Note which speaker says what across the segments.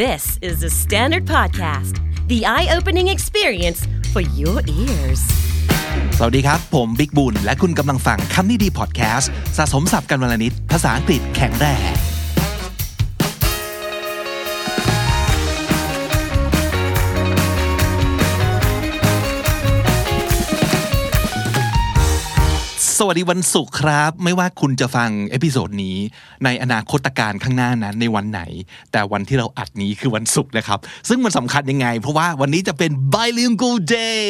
Speaker 1: This is the Standard Podcast, the eye opening experience for your ears.
Speaker 2: สวัสดีครับ ผมบิ๊กบุญ และคุณกำลังฟังคำนี้ดีพอดแคสต์สะสมสับกันวลนิดภาษาอังกฤษแข็งแรง สวัสดีวันศุกร์ครับ ไม่ว่าคุณจะฟังเอพิโซดนี้ ในอนาคตการข้างหน้านั้นในวันไหน แต่วันที่เราอัดนี้คือวันศุกร์นะครับ ซึ่งมันสำคัญยังไง เพราะว่าวันนี้จะเป็น bilingual day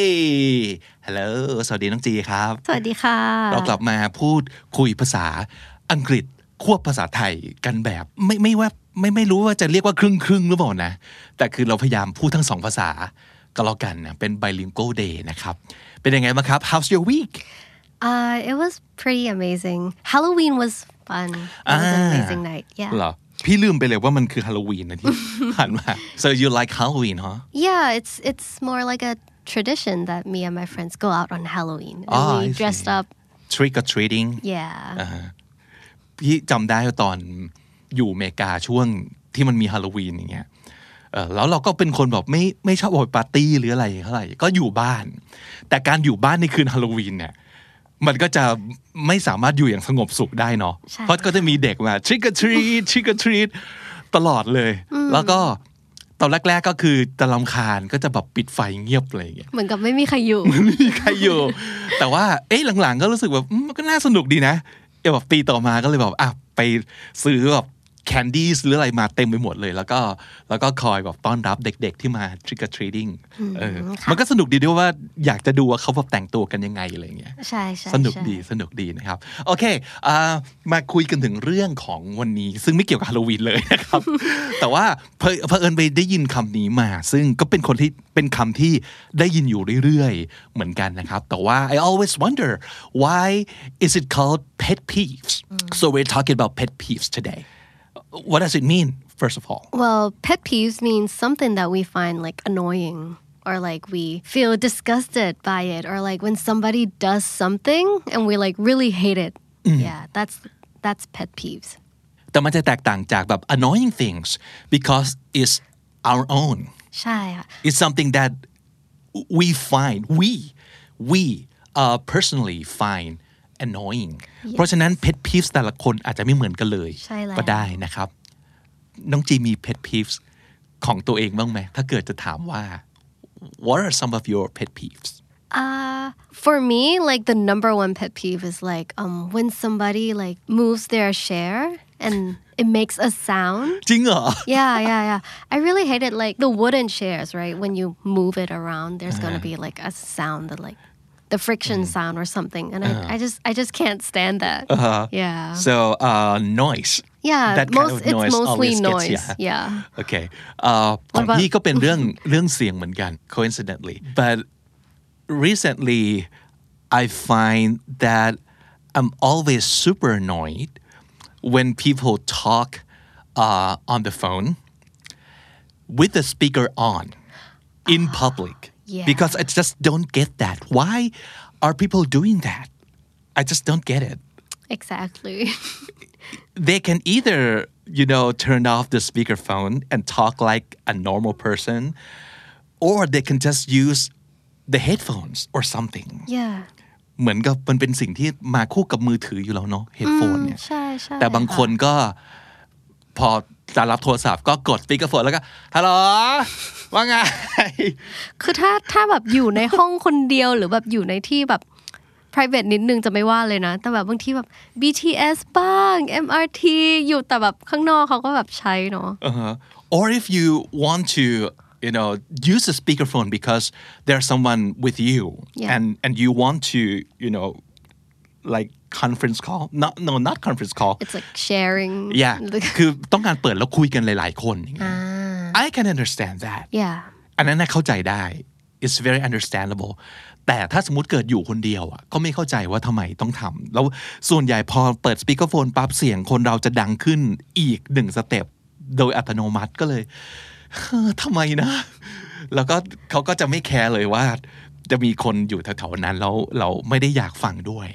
Speaker 2: ฮัลโหลสวัสดีน้องจีครับ
Speaker 3: สวัสดีค่ะ
Speaker 2: เรากลับมาพูดคุยภาษาอังกฤษควบภาษาไทยกันแบบไม่ไม่ว่าไม่ไม่รู้ว่าจะเรียกว่าครึ่งครึ่งๆหรือเปล่านะ แต่คือเราพยายามพูดทั้งสองภาษาก็แล้วกันนะเป็น bilingual day นะครับ เป็นยังไงบ้างครับ how's your week
Speaker 3: Uh, it was pretty amazing. Halloween was fun. It was an
Speaker 2: Ah.
Speaker 3: amazing night. Yeah.
Speaker 2: เหรอ พี่ลืมไปเลยว่ามันคือฮาโลวีนนะที่ ผ่านมา so you like Halloween ฮะ
Speaker 3: Yeah, it's it's more like a tradition that me and my friends go out on Halloween. And
Speaker 2: Ah,
Speaker 3: we
Speaker 2: I
Speaker 3: dressed
Speaker 2: see. Uh.
Speaker 3: up.
Speaker 2: trick or treating
Speaker 3: Yeah.
Speaker 2: พี่จำได้ว่าตอนอยู่อเมริกาช่วงที่มันมีฮาโลวีนอย่างเงี้ยเอ่อแล้วเราก็เป็นคนแบบไม่ไม่ชอบออกไปปาร์ตี้หรืออะไรเท่าไหร่ก็อยู่บ้าน แต่การอยู่บ้านในคืนฮาโลวีนเนี่ยมันก็จะไม่สามารถอยู่อย่างสงบสุขได้เนาะ
Speaker 3: ใช่
Speaker 2: เพราะก็จะมีเด็กมา trick or treat trick or treat ตลอดเลย แล้วก็ตอนแรกๆก็คือจะลำคาญก็จะแบบปิดไฟเงียบอะไรอย่างเงี้ย
Speaker 3: เหมือนกับไม่มีใครอยู่
Speaker 2: ไม่มีใครอยู่ แต่ว่าเอ๊ะหลังๆ ก็รู้สึกแบบอืมมันก็น่าสนุกดีนะเดี๋ยวแบบปีต่อมาก็เลยแบบอ่ะไปซื้อแบบแคนดี้ซื้ออะไรมาเต็มไปหมดเลย แล้วก็แล้วก็คอยแบบต้อนรับเด็กๆที่มา trick or treating เออมันก็สนุกดีด้วยว่าอยากจะดูว่าเขาแบบแต่งตัวกันยังไงอะไรอย่างเงี้ย
Speaker 3: ใช่ใช่
Speaker 2: สนุก
Speaker 3: ใช่
Speaker 2: ดีสนุกดีนะครับ โอเคอ่ามาคุยกันถึงเรื่องของวันนี้ ซึ่งไม่เกี่ยวกับฮาโลวีนเลย นะครับ แต่ว่าเพอเผอิญไปได้ยินคำนี้มา ซึ่งก็เป็นคนที่เป็นคำที่ได้ยินอยู่เรื่อยๆ เหมือนกันนะครับ แต่ว่า I always wonder why is it called pet peeves so we're talking about pet peeves today what does it mean first of all
Speaker 3: Well, pet peeves means something that we find like annoying or like we feel disgusted by it or like when somebody does something and we like really hate it.
Speaker 2: Mm.
Speaker 3: Yeah, that's that's pet peeves.
Speaker 2: แต่มันจะแตกต่างจากแบบ annoying things because it's our own
Speaker 3: ใช่ค่ะ
Speaker 2: It's something that we find we we uh, personally find annoying เพราะฉะนั้น pet peeves แต่ละคนอาจจะไม่เหมือนกันเลย
Speaker 3: ใช่แล้ว
Speaker 2: ก็ได้นะครับ น้องจีมี pet peeves ของตัวเองบ้างไหม ถ้าเกิดจะถามว่า what are some of your pet peeves
Speaker 3: Uh, for me, like the number one pet peeve is like um, when somebody like moves their share and it makes a sound.
Speaker 2: จริงเหรอ
Speaker 3: Yeah, yeah, yeah. I really hate it. Like the wooden chairs, right? When you move it around, there's
Speaker 2: Uh-huh.
Speaker 3: gonna be like a sound that like the friction
Speaker 2: Mm.
Speaker 3: sound or something, and
Speaker 2: Uh-huh.
Speaker 3: I, I just I just can't stand that. Yeah,
Speaker 2: so uh, noise
Speaker 3: yeah.
Speaker 2: Uh-huh. that kind of
Speaker 3: most
Speaker 2: noise
Speaker 3: it's mostly
Speaker 2: always gets-
Speaker 3: noise.
Speaker 2: yeah.
Speaker 3: yeah.
Speaker 2: Okay. เอ่อของ
Speaker 3: about-
Speaker 2: พี่ก็เป็นเรื่อง เรื่องเสียงเหมือนกัน coincidentally but recently I find that I'm always super annoyed when people talk uh, on the phone with the speaker on in public
Speaker 3: yeah.
Speaker 2: because I just don't get that why are people doing that I just don't get it
Speaker 3: exactly.
Speaker 2: they can either you know turn off the speakerphone and talk like a normal person or they can just use the headphones or something
Speaker 3: yeah.
Speaker 2: เหมือนกับมันเป็นสิ่งที่มาคู่กับมือถืออยู่แล้วเนาะเฮดโฟนเนี่ย
Speaker 3: ใช่-ใช่
Speaker 2: แต่บางคนก็พอจะรับโทรศัพท์ก็กดสปีกเกอร์โฟนแล้วก็ฮัลโหลว่าไง
Speaker 3: คือถ้าถ้าแบบอยู่ในห้องคนเดียวหรือแบบอยู่ในที่แบบ private นิดนึงจะไม่ว่าเลยนะ แต่แบบบางทีแบบ BTS บ้าง MRT อยู่แต่แบบข้างนอกเขาก็แบบใช้เนาะ
Speaker 2: Uh-huh. Or if you want to, you know, use a speakerphone because there's someone with you
Speaker 3: Yeah.
Speaker 2: and and you want to, you know, like conference call. Not no, not conference call.
Speaker 3: it's like sharing
Speaker 2: yeah. คือต้องการเปิดแล้วคุยกันหลายๆคนอย่างเงี้ย I can understand that.
Speaker 3: yeah
Speaker 2: อันนั้นน่ะเข้าใจได้ it's very understandable แต่ถ้าสมมติเกิดอยู่คนเดียวอ่ะก็ไม่เข้าใจว่าทำไมต้องทำแล้วส่วนใหญ่พอเปิดสปีกเกอร์โฟนปั๊บเสียงคนเราจะดังขึ้นอีกหนึ่งสเต็ปโดยอัตโนมัติก็เลยเฮ้อทำไมนะ แล้วก็เขาก็จะไม่แคร์เลยว่า จะมีคนอยู่แถวๆนั้นแล้วเราไม่ได้อยากฟังด้วย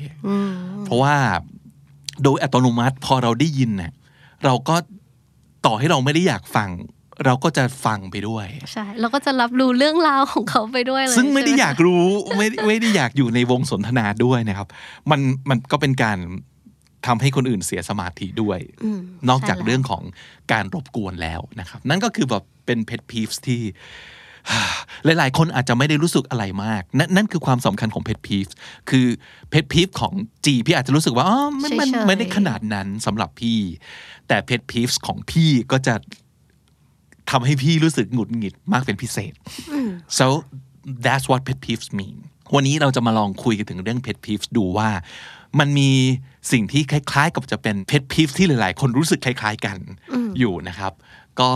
Speaker 2: เพราะว่าโดยอัตโนมัติพอเราได้ยินเนี่ยเราก็ต่อให้เราไม่ได้อยากฟัง เราก็จะฟังไปด้วย
Speaker 3: ใช่แล้วก็จะรับรู้เรื่องราวของเขาไปด้วยเลย
Speaker 2: ซึ่งไม่ได้
Speaker 3: ใช่ห
Speaker 2: อยากรู้ ไม่ไม่ได้อยากอยู่ในวงสนทนาด้วยนะครับ มันมันก็เป็นการทำให้คนอื่นเสียสมาธิด้วย
Speaker 3: อืม
Speaker 2: นอกจาก
Speaker 3: ใช่แล้ว
Speaker 2: เรื่องของการรบกวนแล้วนะครับ นั่นก็คือแบบเป็นเพ t พี e ที่ หลาย ๆ คนอาจจะไม่ได้รู้สึกอะไรมาก นั่นนั่นคือความสำคัญของเพ t พี e คือเพ t พี e ของจีพี่อาจจะรู้สึกว่าอ๋อมันมันไม่ได้ขนาดนั้นสำหรับพี่ แต่เพ t พี e ของพี่ก็จะทำให้พี่รู้สึกหงุดหงิดมากเป็นพิเศษ so that's what pet peeves mean วันนี้เราจะมาลองคุยกันถึงเรื่อง pet peeves ดูว่า มันมีสิ่งที่คล้ายๆ กับจะเป็น pet peeves ที่หลายๆ คนรู้สึกคล้ายๆกันอยู่นะครับ ก็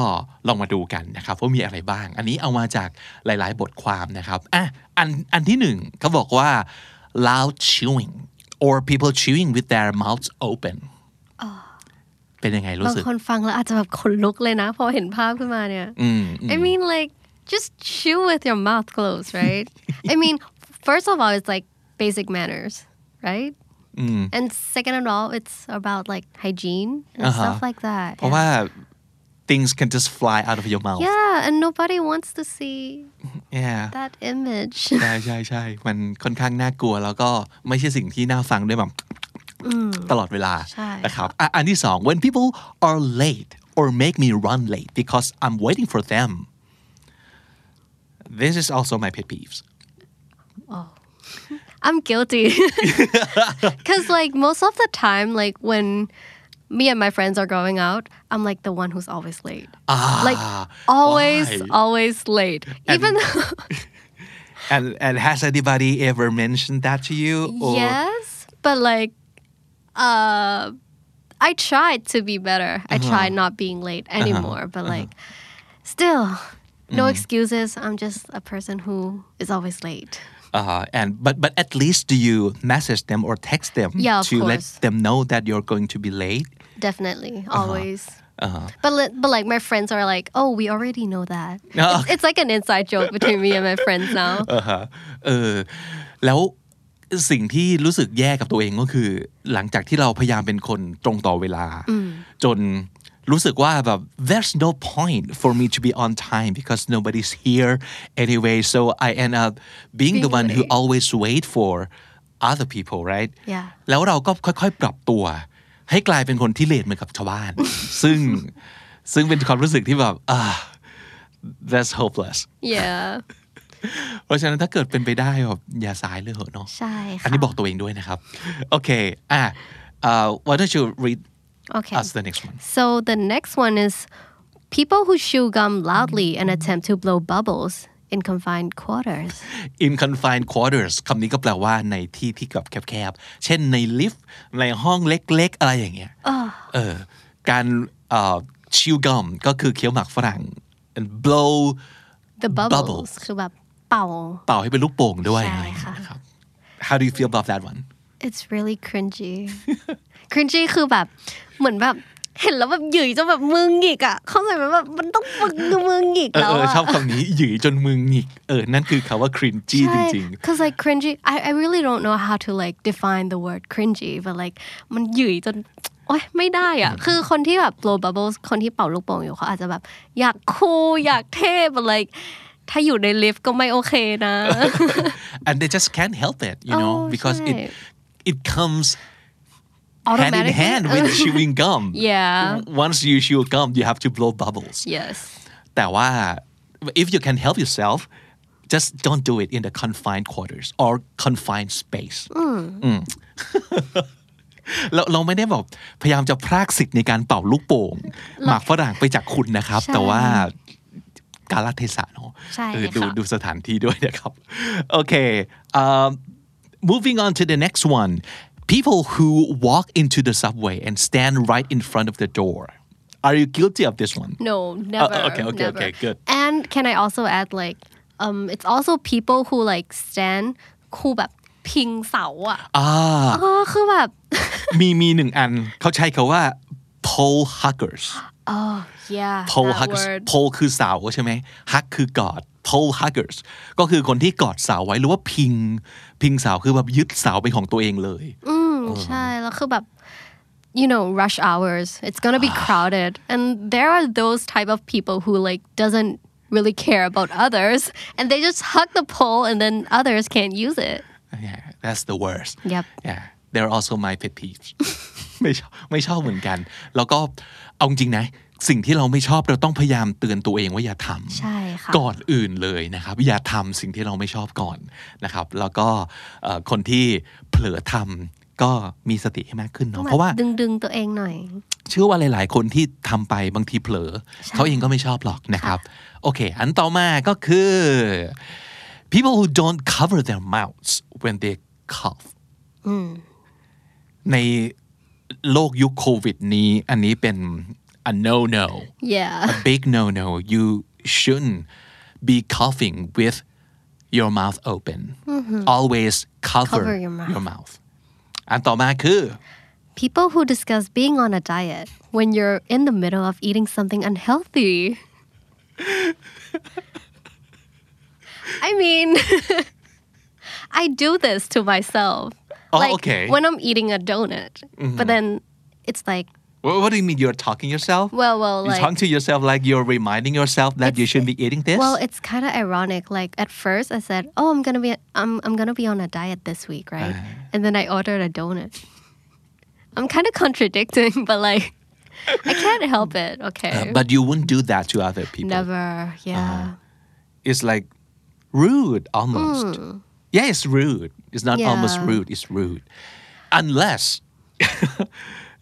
Speaker 2: ลองมาดูกันนะครับว่ามีอะไรบ้าง อันนี้เอามาจากหลายๆ บทความนะครับอ่ะอันอันที่หนึ่งเขาบอกว่า loud chewing or people chewing with their mouths open เป็นยังไงรู้
Speaker 3: บาง
Speaker 2: สึก
Speaker 3: คนฟังแล้วอาจจะแบบขนลุกเลยนะ พอเห็นภาพขึ้นมาเนี่ย
Speaker 2: อืมอืม
Speaker 3: I mean, like, just chew with your mouth closed, right? I mean, first of all, it's like basic manners, right?
Speaker 2: Mm.
Speaker 3: And second of all, it's about like hygiene and
Speaker 2: Uh-huh.
Speaker 3: stuff like that.
Speaker 2: เพราะว่า things can just fly out of your mouth
Speaker 3: yeah, and nobody wants to see
Speaker 2: yeah
Speaker 3: that image.
Speaker 2: ใช่ใช่ใช่มันค่อนข้างน่ากลัวแล้วก็ไม่ใช่สิ่งที่น่าฟังด้วยแบบตลอดเวลา
Speaker 3: ใช่
Speaker 2: นะครับอ่ะอันที่สอง when people are late or make me run late because I'm waiting for them this is also my pet peeves
Speaker 3: I'm guilty. Because, like, most of the time, like, when me and my friends are going out, I'm like the one who's always late.
Speaker 2: Ah,
Speaker 3: like, always,
Speaker 2: why?
Speaker 3: always late. Even though.
Speaker 2: and and has anybody ever mentioned that to you or
Speaker 3: Yes, but like, uh, I tried to be better. I
Speaker 2: Uh-huh.
Speaker 3: tried not being late anymore, but like, still,
Speaker 2: Mm.
Speaker 3: no excuses. I'm just a person who is always late.
Speaker 2: uh, and but but at least do you message them or text them
Speaker 3: Yeah, of
Speaker 2: to let
Speaker 3: course.
Speaker 2: them know that you're going to be late
Speaker 3: Definitely,
Speaker 2: Uh-huh.
Speaker 3: always. But li- but like my friends are like, oh, we already know that.
Speaker 2: Oh.
Speaker 3: It's, it's like an inside joke between me and my friends now.
Speaker 2: อ่าฮะเออแล้วสิ่งที่รู้สึกแย่กับตัวเองก็คือ หลังจากที่เราพยายามเป็นคนตรงต่อเวลา จนรู้สึกว่าแบบ there's no point for me to be on time because nobody's here anyway so I end up being the
Speaker 3: Being
Speaker 2: one who
Speaker 3: late.
Speaker 2: always wait for other people right
Speaker 3: Yeah.
Speaker 2: แล้วเราก็ค่อยๆ ปรับตัว ให้กลายเป็นคนที่เลทเหมือนกับชาวบ้าน ซึ่งซึ่งเป็นความรู้สึกที่แบบอ่า that's hopeless
Speaker 3: Yeah.
Speaker 2: เพราะฉะนั้นถ้าเกิดเป็นไปได้แบบอย่าสายเลยเหอะเนาะ
Speaker 3: Shy.
Speaker 2: อันนี้บอกตัวเองด้วยนะครับ โอเค อ่ะเอ่อ why don't you read
Speaker 3: Okay.
Speaker 2: us the next one
Speaker 3: So the next one is people who chew gum loudly and attempt to blow bubbles in confined quarters.
Speaker 2: in confined quarters คำนี้ก็แปลว่าในที่ที่แบบแคบๆ เช่นในลิฟต์ ในห้องเล็กๆ อะไรอย่างเงี้ย เออ การเอ่อชิวกัมก็คือเคี้ยวหมากฝรั่ง and blow
Speaker 3: The
Speaker 2: Bubbles.
Speaker 3: bubbles คือแบบเป่า
Speaker 2: เป่าให้เป็นลูกโป่งด้วย
Speaker 3: ใช่
Speaker 2: อะไรอย่าง
Speaker 3: ค่ะ
Speaker 2: เงี้ยนะครับ how do you feel about that one
Speaker 3: It's really cringy cringy คือแบบเหมือนแบบเห็นแล้วแบบหยื่ยจนแบบมึงหงิกอ่ะเข้าใจไหมแบบมันต้องฝึกมึงหงิก
Speaker 2: เออ
Speaker 3: แล้ว
Speaker 2: เออ
Speaker 3: อ่ะ
Speaker 2: ชอบคำนี้หยืยจนมือหงิก เออ นั่นคือคำว่า cringy จ
Speaker 3: ใช่
Speaker 2: ริง ๆ
Speaker 3: cause like cringy I I really don't know how to like define the word cringy but like มันหยื่ยจนโอ๊ยไม่ได้อ่ะคือคนที่แบบ blow bubbles คนที่เป่าลูกโป่งอยู่เขาอาจจะแบบ อยากคูลอยากเท่ but like ถ้าอยู่ในลิฟต์ก็ไม่โอเคนะ
Speaker 2: and they just can't help it you know
Speaker 3: Oh,
Speaker 2: because it
Speaker 3: right.
Speaker 2: it comes hand in hand with chewing gum
Speaker 3: yeah
Speaker 2: once you chew gum you have to blow bubbles
Speaker 3: yes
Speaker 2: แต่ว่า if you can help yourself just don't do it in the confined quarters or confined space อืม เราเราไม่ได้แบบพยายามจะพรากสิทธิ์ในการเป่าลูกโป่ง หมากฝรั่งไปจากคุณนะครับ
Speaker 3: ใช่
Speaker 2: แต่ว่า กาลเทศะเนาะ
Speaker 3: ใช่
Speaker 2: เออดู
Speaker 3: ค่ะ
Speaker 2: ดูสถานที่ด้วยนะครับ โอเคเอ่อ moving on to the next one people who walk into the subway and stand right in front of the door are you guilty of this one
Speaker 3: No, never.
Speaker 2: okay, okay,
Speaker 3: never.
Speaker 2: okay, good.
Speaker 3: And can I also add like, um, it's also people who like stand คู่แบบพิงเสาอะ
Speaker 2: อ่า
Speaker 3: เออคือแบบ
Speaker 2: มีมีหนึ่งอันเขาใช้คาว่า pole huggers
Speaker 3: yeah
Speaker 2: pole
Speaker 3: that
Speaker 2: huggers
Speaker 3: word
Speaker 2: pole คือเสาใช่ไหม hug คือกอด pole huggers ก็คือคนที่กอดเสาไว้หรือว่าพิง พิงเสาคือแบบยึดเสาเป็นของตัวเองเลย
Speaker 3: อืมใช่แล้วคือแบบ Mm, you know rush hours it's gonna be crowded and there are those type of people who like doesn't really care about others and they just hug the pole and then others can't use it
Speaker 2: yeah that's the worst
Speaker 3: Yep.
Speaker 2: yeah they're also my pet peeves ไม่ชอบไม่ชอบเหมือนกัน แล้วก็เอาจริงนะ สิ่งที่เราไม่ชอบเราต้องพยายามเตือนตัวเองว่าอย่าทำ
Speaker 3: ใช่ค่ะ
Speaker 2: ก่อนอื่นเลยนะครับ อย่าทำสิ่งที่เราไม่ชอบก่อนนะครับ แล้วก็เอ่อคนที่เผลอทำก็มีสติให้มากขึ้นเนาะเพราะว่า
Speaker 3: ดึงดึงๆตัวเองหน่อย
Speaker 2: เชื่อว่าหลาย ๆ คนที่ทำไปบางทีเผลอ เขาเองก็ไม่ชอบหรอกนะครับ โอเค อันต่อมาก็คือ people who don't cover their mouths when they cough ในโลกยุคโควิดนี้ อันนี้เป็น a no no
Speaker 3: yeah
Speaker 2: a big no no you shouldn't be coughing with your mouth open always cover,
Speaker 3: Mm-hmm. Cover your mouth.
Speaker 2: mouth อันต่อมาคือ
Speaker 3: people who discuss being on a diet when you're in the middle of eating something unhealthy I mean I do this to myself
Speaker 2: Oh,
Speaker 3: like
Speaker 2: okay. Mm-hmm.
Speaker 3: when I'm eating a donut but then it's like
Speaker 2: What, what do you mean you're talking yourself?
Speaker 3: well well
Speaker 2: you
Speaker 3: like
Speaker 2: talk to yourself like you're reminding yourself that you shouldn't be eating this.
Speaker 3: Well, it's kind of ironic. Like at first, I said, "Oh, I'm gonna be I'm I'm gonna be on a diet this week, right?"
Speaker 2: Uh-huh.
Speaker 3: And then I ordered a donut. I'm kind of contradicting, but like I can't help it. Okay,
Speaker 2: Uh, but you wouldn't do that to other people. Uh-huh.
Speaker 3: never. Yeah,
Speaker 2: It's like rude almost. Yeah, it's rude. It's not
Speaker 3: Hmm. Yeah.
Speaker 2: almost rude. It's rude, unless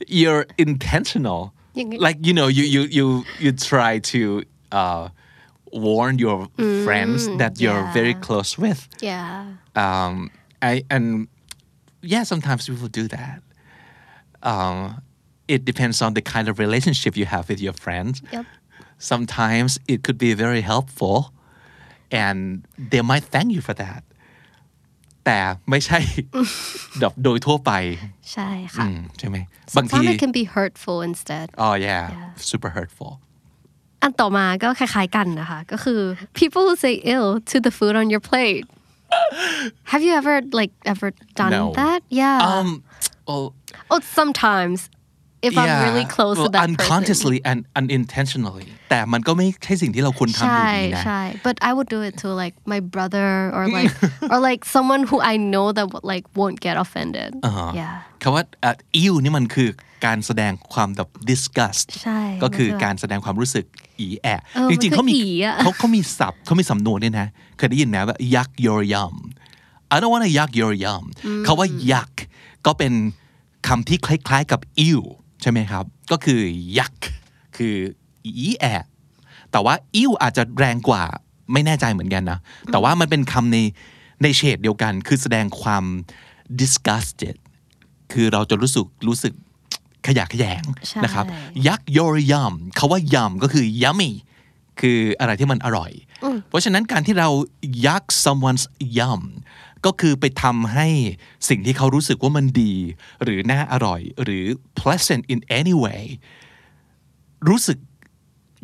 Speaker 2: you're intentional.
Speaker 3: You-
Speaker 2: Like you know, you you you you try to uh, warn your friends that you're
Speaker 3: Mm, yeah.
Speaker 2: very close with.
Speaker 3: yeah.
Speaker 2: um, I and yeah, sometimes people do that. Um, it depends on the kind of relationship you have with your friends.
Speaker 3: Yep.
Speaker 2: Sometimes it could be very helpful, and they might thank you for that. แต่ไม่ ใช่ แบบโดยทั่วไป
Speaker 3: ใช่ค่ะ.
Speaker 2: อืมใช่ไหมบางที
Speaker 3: Sometimes it can be hurtful instead.
Speaker 2: อ๋อ yeah super hurtful
Speaker 3: อันต่อมาก็คล้ายๆกันนะคะก็คือ people who say ill to the food on your plate have you ever like ever done
Speaker 2: No.
Speaker 3: that yeah
Speaker 2: um well
Speaker 3: oh sometimes if I'm
Speaker 2: yeah
Speaker 3: really close
Speaker 2: well,
Speaker 3: to that person
Speaker 2: unconsciously and unintentionally แต่มันก็ไม่ใช่สิ่งที่เราควรทำอยู่ดีนะ
Speaker 3: ใช่ but I would do it to like my brother or like or like someone who I know that would, like won't get offended
Speaker 2: Uh-huh.
Speaker 3: yeah
Speaker 2: คำว่าอิ้วนี่มันคือการแสดงความแบบ disgust
Speaker 3: ใช่
Speaker 2: ก็คือ
Speaker 3: มันคือ
Speaker 2: การแสดงความรู้สึกอีแอะ
Speaker 3: เออ
Speaker 2: จริงๆ
Speaker 3: มันคือ
Speaker 2: เขามี
Speaker 3: อีอะ
Speaker 2: เขาเขามีศัพท์เขามีสำนวนด้วยนะ เคยได้ยินไหมว่า yuck your yum I don't want to yuck your yum คาว่า yuck ก็เป็นคำที่คล้ายๆกับอิ้วใช่ไหมครับ ก็คือ yuck คืออีแอะแต่ว่าอิ้วอาจจะแรงกว่าไม่แน่ใจเหมือนกันนะ แต่ว่ามันเป็นคำในในเฉดเดียวกัน คือแสดงความ disgusted คือเราจะรู้สึกรู้สึกขยะแขยง
Speaker 3: ใช่
Speaker 2: นะครับ ยักษ์ยอรยำคาว่ายำก็คือ yummy คืออะไรที่มันอร่อย เพราะฉะนั้นการที่เรายัก someone's yum ก็คือไปทำให้สิ่งที่เขารู้สึกว่ามันดี หรือน่าอร่อย หรือ pleasant in any way รู้สึก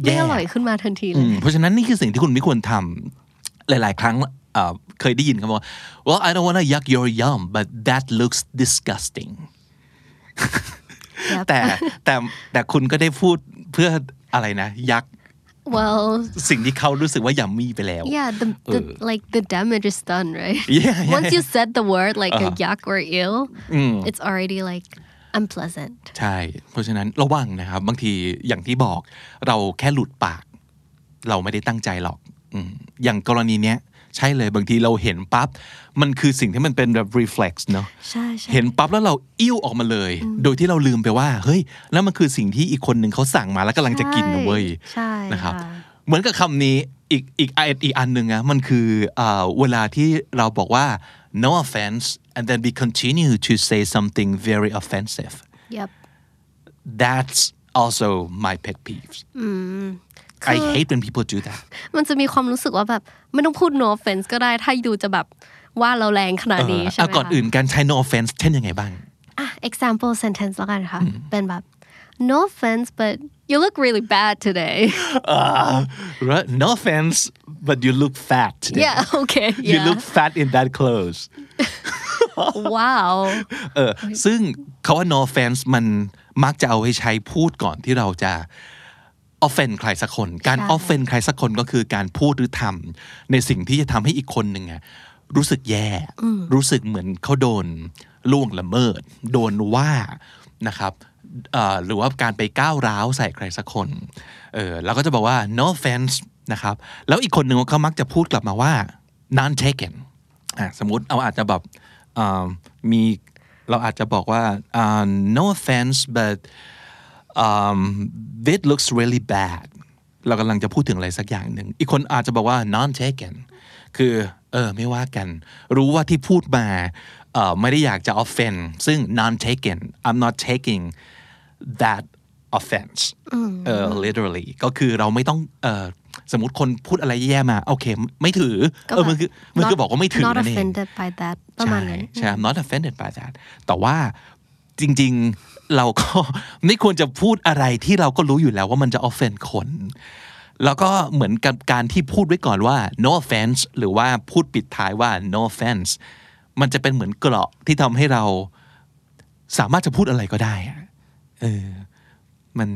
Speaker 3: ไม่
Speaker 2: แย่
Speaker 3: อร่อยขึ้นมาทันทีเล
Speaker 2: อื
Speaker 3: ย
Speaker 2: มเพราะฉะนั้นนี่คือสิ่งที่คุณไม่ควรทำหลาย ๆ ครั้งเอ่อเคยได้ยินคำว่า well I don't want to yuck your yum but that looks disgusting
Speaker 3: Yep.
Speaker 2: แต่แต่แต่คุณก็ได้พูดเพื่ออะไรนะ ยัก
Speaker 3: well
Speaker 2: สิ่งที่เขารู้สึกว่ายัมมี่ไปแล้ว
Speaker 3: yeah the, the like the damage is done right
Speaker 2: Uh. Yeah, yeah, Uh-huh. Mm.
Speaker 3: once you said the word like a yuck or ill it's already like unpleasant
Speaker 2: ใช่ เพราะฉะนั้นระวังนะครับ บางทีอย่างที่บอก เราแค่หลุดปาก เราไม่ได้ตั้งใจหรอกอืมอย่างกรณีเนี้ย ใช่เลยบางทีเราเห็นปั๊บ มันคือสิ่งที่มันเป็นแบบ reflex เนาะ
Speaker 3: ใช่ใช่
Speaker 2: เห็นปั๊บแล้วเราอิ่วออกมาเลย โดยที่เราลืมไปว่า เฮ้ย แล้วมันคือสิ่งที่อีกคนหนึ่งเขาสั่งมาแล้วกำลังจะกินนะเว้ย
Speaker 3: ใช่ใช่
Speaker 2: นะครับ
Speaker 3: ค่ะ
Speaker 2: เหมือนกับคำนี้อีกอีกอันอีกอันหนึ่งอะมันคือเอ่อเวลาที่เราบอกว่า no offense and then we continue to say something very offensive
Speaker 3: yep
Speaker 2: that's also my pet peeves I hate when people do that
Speaker 3: มันจะมีความรู้สึกว่าแบบไม่ต้องพูด no offense ก็ได้ถ้าดูจะแบบว่าเราแรงขนาดนี้ใช่ไหม
Speaker 2: Uh-huh. เอาก่อน
Speaker 3: คะ
Speaker 2: อื่นการใช้ no offense เช่นยังไงบ้าง
Speaker 3: อ่ะ example sentence แล้วกันค่ะ
Speaker 2: Mm-hmm.
Speaker 3: เป็นแบบ no offense but you look really bad today
Speaker 2: no offense but you look fat
Speaker 3: yeah okay
Speaker 2: you
Speaker 3: yeah
Speaker 2: look fat in that clothes
Speaker 3: wow.
Speaker 2: เออซึ่งคาว่า no offense มันมักจะเอาไว้ใช้พูดก่อนที่เราจะ offend ใครสักคน การ
Speaker 3: ใช่
Speaker 2: offend ใครสักคนก็คือการพูดหรือทำในสิ่งที่จะทำให้อีกคนหนึ่งอะรู้สึกแย่ รู้สึกเหมือนเขาโดนล่วงละเมิด โดนว่านะครับเอ่อหรือว่าการไปก้าวร้าวใส่ใครสักคนเออเราก็จะบอกว่า no offense นะครับ แล้วอีกคนหนึ่งเขามักจะพูดกลับมาว่า none taken อ่ะสมมุติเราอาจจะแบบอ่ามีเราอาจจะบอกว่าอ่า no offense but um, this looks really bad เรากำลังจะพูดถึงอะไรสักอย่างหนึ่ง อีกคนอาจจะบอกว่า non taken คือเออไม่ว่ากัน รู้ว่าที่พูดมาเอ่อไม่ได้อยากจะ offend ซึ่ง non taken I'm not taking that offense เออ literally ก็คือเราไม่ต้องเออสมมติคนพูดอะไรแย่ๆมา โอเค ไม่ถือ เออ
Speaker 3: ก็แบบ
Speaker 2: มันคือมันคือ
Speaker 3: not-
Speaker 2: บอกว่าไม่ถือ
Speaker 3: not
Speaker 2: นั่นเอง
Speaker 3: offended by that ประมาณนั้น
Speaker 2: ใช่ใช่ I'm not offended by that แต่ว่าจริงๆเราก็ ไม่ควรจะพูดอะไรที่เราก็รู้อยู่แล้วว่ามันจะ offend คน แล้วก็เหมือนกับการที่พูดไว้ก่อนว่า no offense หรือว่าพูดปิดท้ายว่า no offense มันจะเป็นเหมือนเกราะที่ทำให้เราสามารถจะพูดอะไรก็ได้อะเออมัน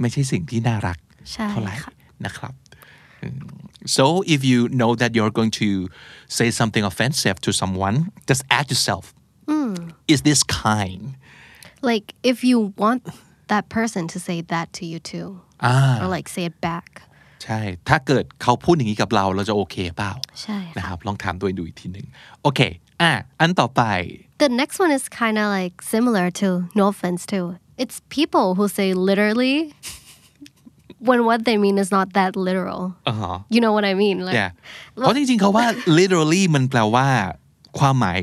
Speaker 2: ไม่ใช่สิ่งที่น่ารัก
Speaker 3: ใช่
Speaker 2: เท่าไหร่
Speaker 3: ค่ะ
Speaker 2: นะครับ So if you know that you're going to say something offensive to someone, just ask yourself, is this kind?
Speaker 3: Like if you want that person to say that to you too, or like say it back.
Speaker 2: ใช่ ถ้าเกิดเขาพูดอย่างนี้กับเรา เราจะโอเคเปล่า
Speaker 3: ใช่
Speaker 2: นะ
Speaker 3: ค่ะ
Speaker 2: ครับ ลองถามตัวเองดูอีกทีหนึ่งโอเค อ่ะ อันต่อไป
Speaker 3: The next one is kind of like similar to no offense too. It's people who say literally when what they mean is not that literal. Uh-huh. You know what I mean? Like,
Speaker 2: เนี่ยเพราะจริงๆ เขาว่า literally มันแปลว่า ความหมาย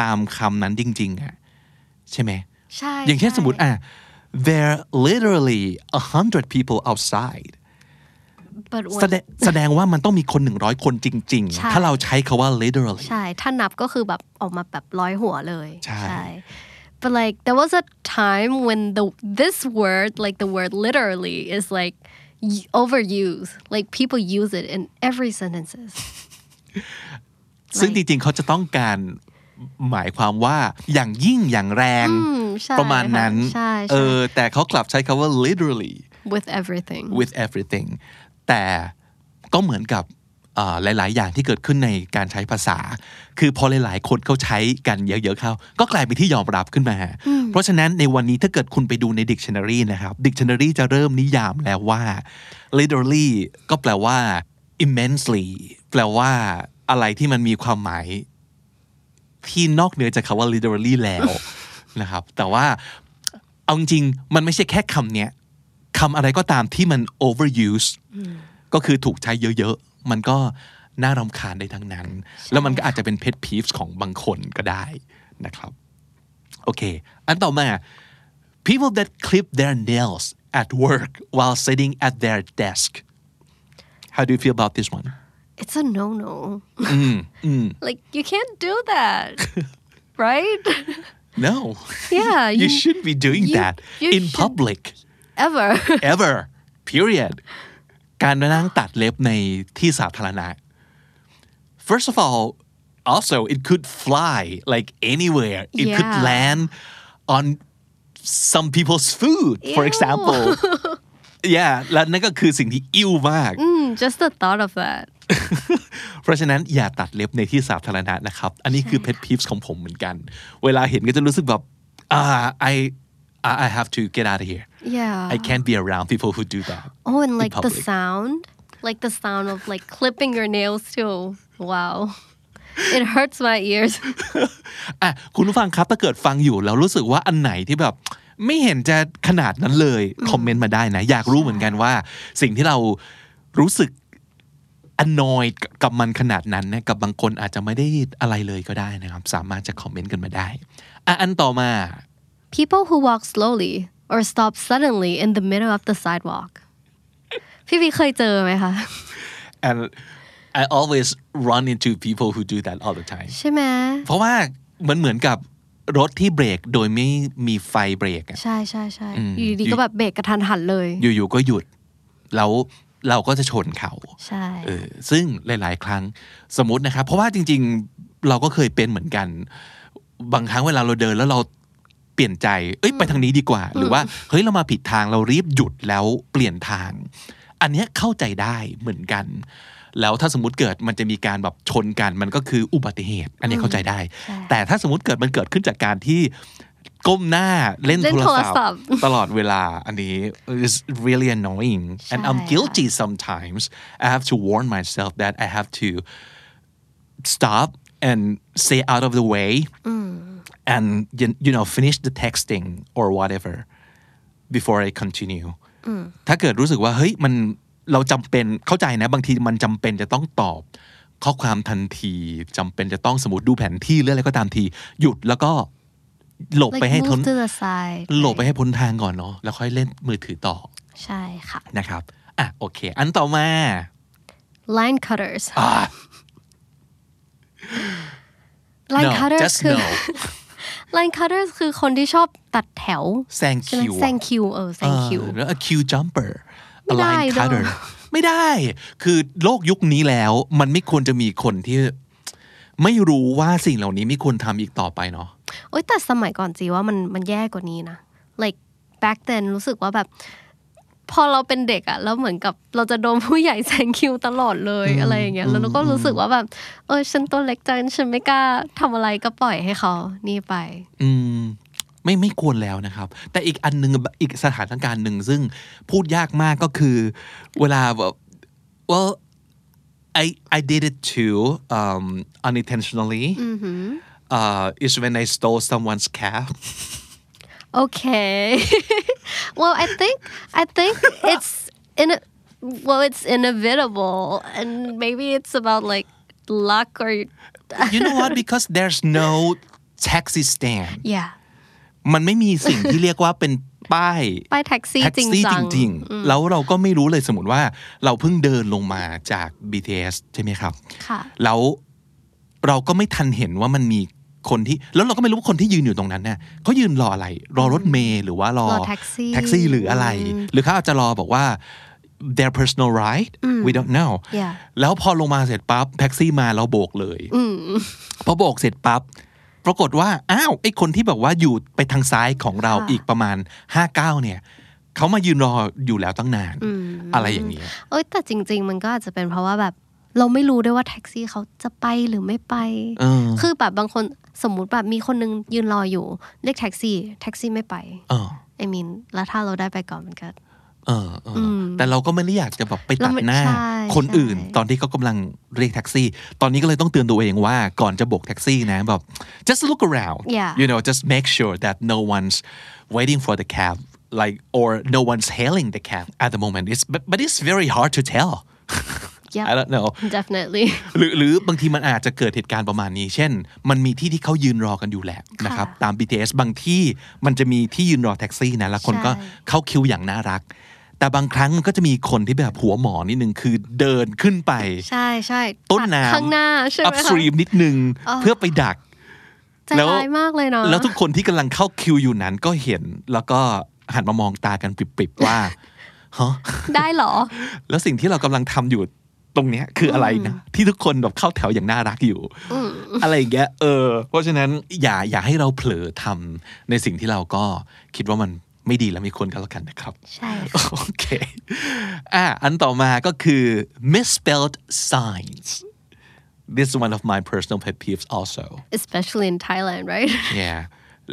Speaker 2: ตามคำนั้นจริง ๆอะใช่ไหม
Speaker 3: ใช่
Speaker 2: อย่างเช่น
Speaker 3: ใช่
Speaker 2: สมมติอ่ะ there are literally a hundred people outside
Speaker 3: But when-
Speaker 2: แสดงแสดงว่ามันต้องมีคนหนึ่งร้อยคนจริง
Speaker 3: ใช่
Speaker 2: ๆ ถ้าเราใช้คาว่า literally
Speaker 3: ใช่ ถ้านับก็คือแบบออกมาแบบร้อยหัวเลย
Speaker 2: ใช่
Speaker 3: but like there was a time when the this word like the word literally is like y- overused like people use it in every sentences
Speaker 2: ซึ่งจริง ๆ เขาจะต้องการหมายความว่าอย่างยิ่งอย่างแรง
Speaker 3: อืมใช่
Speaker 2: ประมาณนั้น
Speaker 3: ค่ะใช่
Speaker 2: เอ
Speaker 3: ใช่
Speaker 2: อ แต่เขากลับใช้คาว่า literally
Speaker 3: with everything
Speaker 2: with everything แต่ก็เหมือนกับอ่าหลาย ๆ อย่างที่เกิดขึ้นในการใช้ภาษา คือพอหลาย ๆ คนเขาใช้กันเยอะ ๆ เข้า ก็กลายเป็นที่ยอมรับขึ้นมา เพราะฉะนั้นในวันนี้ถ้าเกิดคุณไปดูใน dictionary นะครับ dictionary จะเริ่มนิยามแล้วว่า literally ก็แปลว่า immensely แปลว่าอะไรที่มันมีความหมาย ที่นอกเหนือจากคำว่า literally แล้ว นะครับ แต่ว่าเอาจริงๆมันไม่ใช่แค่คำเนี้ยคำอะไรก็ตามที่มัน overuse ก็คือถูกใช้เยอะๆ มันก็น่ารำคาญได้ทั้งนั้น แล้วมันก็อาจจะเป็น pet peeves ของบางคนก็ได้นะครับ โอเค อันต่อมา people that clip their nails at work while sitting at their desk how do you feel about this one
Speaker 3: it's a no no
Speaker 2: Mm,
Speaker 3: like you can't do that right
Speaker 2: no
Speaker 3: yeah
Speaker 2: you
Speaker 3: you
Speaker 2: shouldn't be doing
Speaker 3: you-
Speaker 2: that
Speaker 3: you
Speaker 2: in
Speaker 3: should-
Speaker 2: public
Speaker 3: ever
Speaker 2: ever period การมานั่งตัดเล็บในที่สาธารณะ first of all also it could fly like anywhere it could
Speaker 3: Yeah.
Speaker 2: land on some people's food for
Speaker 3: Ew.
Speaker 2: example yeah และนั่นก็คือสิ่งที่อิ่วมาก
Speaker 3: Mm, just the thought of that
Speaker 2: เพราะฉะนั้นอย่าตัดเล็บในที่สาธารณะนะครับ อันนี้คือ pet peeves ของผมเหมือนกัน เวลาเห็นก็จะรู้สึกแบบอ่า I I I have to get out of here
Speaker 3: yeah
Speaker 2: I can't be around people who do that
Speaker 3: Oh, and like the
Speaker 2: public.
Speaker 3: sound, like the sound of like clipping your nails too. Wow, it hurts my ears.
Speaker 2: อ่ะคุณผู้ฟังครับถ้าเกิดฟังอยู่แล้วรู้สึกว่าอันไหนที่แบบ ไม่เห็นจะขนาดนั้นเลย คอมเมนต์มาได้นะ อยากรู้เหมือนกันว่า สิ่งที่เรารู้สึก annoyed กับมันขนาดนั้นนะกับบางคนอาจจะไม่ได้อะไรเลยก็ได้นะครับ สามารถจะคอมเมนต์กันมาได้อ่ะอันต่อมา
Speaker 3: People who walk slowly or stop suddenly in the middle of the sidewalk. พี่พีเคยเจอไหมคะ?
Speaker 2: and I always run into people who do that all the time
Speaker 3: ใช่ไหม?
Speaker 2: เพราะว่ามันเหมือนกับรถที่เบรกโดยไม่มีไฟเบรกอะ
Speaker 3: ใช่ใช่ใช่อยู่ดีๆก็แบบเบรกกระทันหันเลย
Speaker 2: อยู่ๆก็หยุด แล้วเราก็จะชนเขา
Speaker 3: ใช่
Speaker 2: เออซึ่งหลาย ๆ ครั้งสมมตินะครับ เพราะว่าจริง ๆ เราก็เคยเป็นเหมือนกัน บางครั้งเวลาเราเดินแล้วเราเปลี่ยนใจ เอ้ยไปทางนี้ดีกว่า หรือว่าเฮ้ยเรามาผิดทางเรารีบหยุดแล้วเปลี่ยนทาง อันเนี้ยเข้าใจได้เหมือนกัน แล้วถ้าสมมติเกิดมันจะมีการแบบชนกันมันก็คืออุบัติเหตุ อันเนี้ยเข้าใจได้ แต่ถ้าสมมติเกิดมันเกิดขึ้นจากการที่ก้มหน้าเล่น
Speaker 3: เล่
Speaker 2: โท
Speaker 3: น
Speaker 2: ร
Speaker 3: โทรศั
Speaker 2: ศั
Speaker 3: พ
Speaker 2: พ
Speaker 3: ท์
Speaker 2: ท์ ตลอดเวลาอันนี้ is really annoying and I'm
Speaker 3: ใช่ค่ะ
Speaker 2: guilty sometimes I have to warn myself that I have to stop and stay out of the way and you, you know finish the texting or whatever before I continue ถ้าเกิดรู้สึกว่าเฮ้ยมันเราจำเป็นเข้าใจนะ บางทีมันจำเป็นจะต้องตอบ ข้อความทันทีจำเป็นจะต้องสมมติดูแผนที่หรืออะไรก็ตามที หยุดแล้วก็หลบ
Speaker 3: like
Speaker 2: ไปให้ทน
Speaker 3: move to the side
Speaker 2: หลบไปให้พ้นทางก่อนเนาะแล้วค่อยเล่นมือถือต่อ
Speaker 3: ใช่ค่ะ
Speaker 2: นะครับอ่ะโอเค อันต่อมา
Speaker 3: line cutters
Speaker 2: อ่ะ
Speaker 3: line
Speaker 2: no
Speaker 3: cutters
Speaker 2: just
Speaker 3: คือ
Speaker 2: no
Speaker 3: line cutters คือคนที่ชอบตัดแถว
Speaker 2: แซง
Speaker 3: ใช่ไหม
Speaker 2: คิว
Speaker 3: แซงคิวเออแซงคิว
Speaker 2: แล้ว a queue jumper
Speaker 3: ไม่
Speaker 2: a
Speaker 3: ได้
Speaker 2: line
Speaker 3: เนอะ
Speaker 2: cutter ไม่ได้ คือโลกยุคนี้แล้วมันไม่ควรจะมีคนที่ ไม่รู้ว่าสิ่งเหล่านี้ไม่ควรทำอีกต่อไปเนาะ
Speaker 3: โอ๊ยแต่สมัยก่อนจีว่ามันมันแย่กว่านี้นะ like back then รู้สึกว่าแบบ พอเราเป็นเด็กอะแล้วเหมือนกับเราจะโดนผู้ใหญ่ แซงคิวตลอดเลยอะไรอย่างเงี้ยแล้วเราก็รู้สึกว่าแบบเออฉันตัวเล็กจังฉันไม่กล้าทำอะไรก็ปล่อยให้เขานี่ไป
Speaker 2: อืมไม่ไม่ควรแล้วนะครับ แต่อีกอันหนึงอีกสถานการณ์หนึ่งซึ่งพูดยากมากก็คือ เวลาแบบ well I I did it too um, unintentionally uh, is when I stole someone's cab
Speaker 3: Okay. well, I think I think it's in well, it's inevitable, and maybe it's about like luck or
Speaker 2: you know what because there's no taxi stand
Speaker 3: yeah.
Speaker 2: มันไม่มีสิ่งที่เรียกว่าเป็นป้าย
Speaker 3: ไปแท็กซี่
Speaker 2: แท็ก
Speaker 3: จริง
Speaker 2: ซี่
Speaker 3: จั
Speaker 2: จ
Speaker 3: ง
Speaker 2: ริงๆ แล้วเราก็ไม่รู้เลยสมมติว่าเราเพิ่งเดินลงมาจาก BTS ใช่ไหมครับ
Speaker 3: ค่ะ
Speaker 2: แล้วเราก็ไม่ทันเห็นว่ามันมีคนที่ แล้วเราก็ไม่รู้ว่าคนที่ยืนอยู่ตรงนั้นเนี่ยเขายืนรออะไร รอรถเมล์หรือว่ารอ
Speaker 3: รอแท็กซี่
Speaker 2: แท็กซี่หรืออะไร หรือเขาอาจจะรอบอกว่า their personal ride we don't know
Speaker 3: Yeah.
Speaker 2: แล้วพอลงมาเสร็จปั๊บแท็กซี่มาเราโบกเลยพอโบกเสร็จปั๊บปรากฏว่าอ้าวไอ้คนที่แบบว่าอยู่ไปทางซ้ายของเราอีกประมาณห้าเก้าเนี่ยเขามายืนรออยู่แล้วตั้งนาน อะไรอย่างเงี้ย
Speaker 3: เอ้ยแต่จริง ๆ มันก็อาจจะเป็นเพราะว่าแบบ เราไม่รู้ด้วยว่าแท็กซี่เขาจะไปหรือไม่ไป
Speaker 2: เออ
Speaker 3: คือแบบบางคนสมมุติแบบมีคนนึงยืนรออยู่เรียกแท็กซี่ แท็กซี่ไม่ไป
Speaker 2: เออ
Speaker 3: I mean แล้วถ้าเราได้ไปก่อนมันก็
Speaker 2: เออเอออแต่เราก็ไม่ได้อยากจะแบบไปตัด
Speaker 3: เราไม่
Speaker 2: หน้า
Speaker 3: ใช่
Speaker 2: คนอื่น
Speaker 3: ใช่
Speaker 2: ตอนที่เขากำลังเรียกแท็กซี่ ตอนนี้ก็เลยต้องเตือนตัวเองว่าก่อนจะโบกแท็กซี่นะแบบ just look around
Speaker 3: Yeah.
Speaker 2: you know just make sure that no one's waiting for the cab like or no one's hailing the cab at the moment it's but, but it's very hard to tell
Speaker 3: Yep.
Speaker 2: I don't know
Speaker 3: definitely
Speaker 2: หรือหรือบางทีมันอาจจะเกิดเหตุการณ์ประมาณนี้ เช่น มันมีที่ที่เขายืนรอกันอยู่แหละนะครับ ตาม BTS บางที่มันจะมีที่ยืนรอแท็กซี่นะ แล้วคนก็
Speaker 3: ใช่
Speaker 2: เข้าคิวอย่างน่ารัก แต่บางครั้งมันก็จะมีคนที่แบบหัวหมอนิดนึง คือเดินขึ้นไป
Speaker 3: ใช่ใช่
Speaker 2: ต้นน้ำ
Speaker 3: ข้างหน้าใช่ไหม
Speaker 2: upstream
Speaker 3: คะ
Speaker 2: นิดนึง เพื่อไปดัก
Speaker 3: ใจร้ายมากเลยเนาะ
Speaker 2: แล้วทุกคนที่กำลังเข้าคิวอยู่นั้นก็เห็น แล้วก็หันมามองตากันปริบๆว่า ฮะ
Speaker 3: ได้เหร อ
Speaker 2: แล้วสิ่งที่เรากำลังทำอยู่ตรงเนี้ยคืออะไรนะ ที่ทุกคนแบบเข้าแถวอย่างน่ารักอยู่ อะไรอย่างเงี้ยเออ เพราะฉะนั้นอย่าอย่าให้เราเผลอทำในสิ่งที่เราก็คิดว่ามันไม่ดีแล้วมีคนกันแล้วกันนะครับ
Speaker 3: ใช่
Speaker 2: โอเคอ่ะอันต่อมาก็คือ misspelled signs this is one of my personal pet peeves also
Speaker 3: especially in Thailand right
Speaker 2: yeah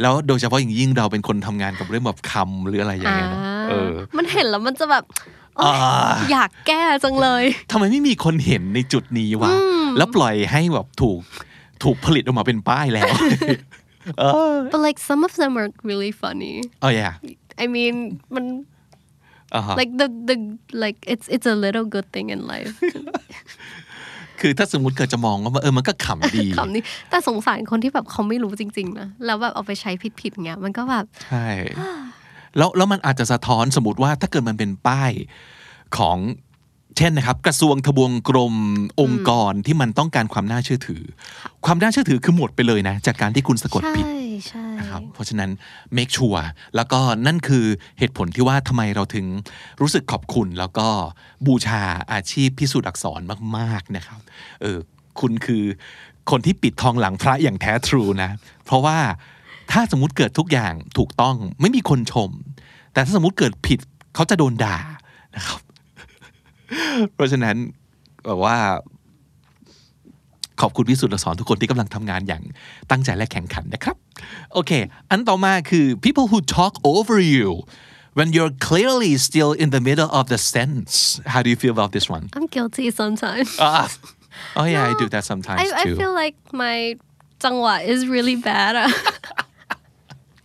Speaker 2: แล้วโดยเฉพาะอย่างยิ่งเราเป็นคนทำงานกับเรื่องแบบคำหรืออะไรอย่างเงี้ยนะเออ
Speaker 3: มันเห็นแล้วมันจะแบบโอ๊ยอยากแก้จังเลย
Speaker 2: ทำไมไม่มีคนเห็นในจุดนี้วะ แล้วปล่อยให้แบบถูกถูกผลิตออกมาเป็นป้าย แล้ว
Speaker 3: but like some of them are really funny
Speaker 2: เออ yeah
Speaker 3: I mean มัน
Speaker 2: อ่าฮะ
Speaker 3: like the the like it's it's a little good thing in life
Speaker 2: คือถ้าสมมติเกิดจะมองว่าเออมันก็ ขำดี
Speaker 3: คำนี้แต่สงสารคนที่แบบเขาไม่รู้จริง ๆ นะ แล้วแบบเอาไปใช้ผิดๆเงี้ยมันก็แบบ
Speaker 2: ใช่ แล้วแล้วมันอาจจะสะท้อนสมมติว่าถ้าเกิดมันเป็นป้ายของเช่นนะครับ กระทรวงทบวงกรมองค์กรที่มันต้องการความน่าเชื่อถือ ความน่าเชื่อถือคือหมดไปเลยนะ จากการที่คุณสะกด
Speaker 3: ใช่
Speaker 2: ผิด
Speaker 3: ใช่
Speaker 2: นะครับเพราะฉะนั้น make sure แล้วก็นั่นคือเหตุผลที่ว่าทำไมเราถึงรู้สึกขอบคุณ แล้วก็บูชาอาชีพพิสูจน์อักษรมาก ๆ นะครับเออ คุณคือ คนที่ปิดทองหลังพระอย่างแท้ทรูนะ เพราะว่าถ้าสมมติเกิดทุกอย่างถูกต้องไม่มีคนชม แต่ถ้าสมมติเกิดผิดเขาจะโดนด่านะครับ เพราะฉะนั้นแบบว่า ขอบคุณพี่สุดและสอนทุกคนที่กำลังทำงานอย่างตั้งใจและแข่งขันนะครับ โอเค อันต่อมาคือ people who talk over you when you're clearly still in the middle of the sentence how do you feel about this one
Speaker 3: I'm guilty sometimes.
Speaker 2: Ah. oh yeah I do that sometimes
Speaker 3: I, I
Speaker 2: too
Speaker 3: feel like my zhanghua is really bad.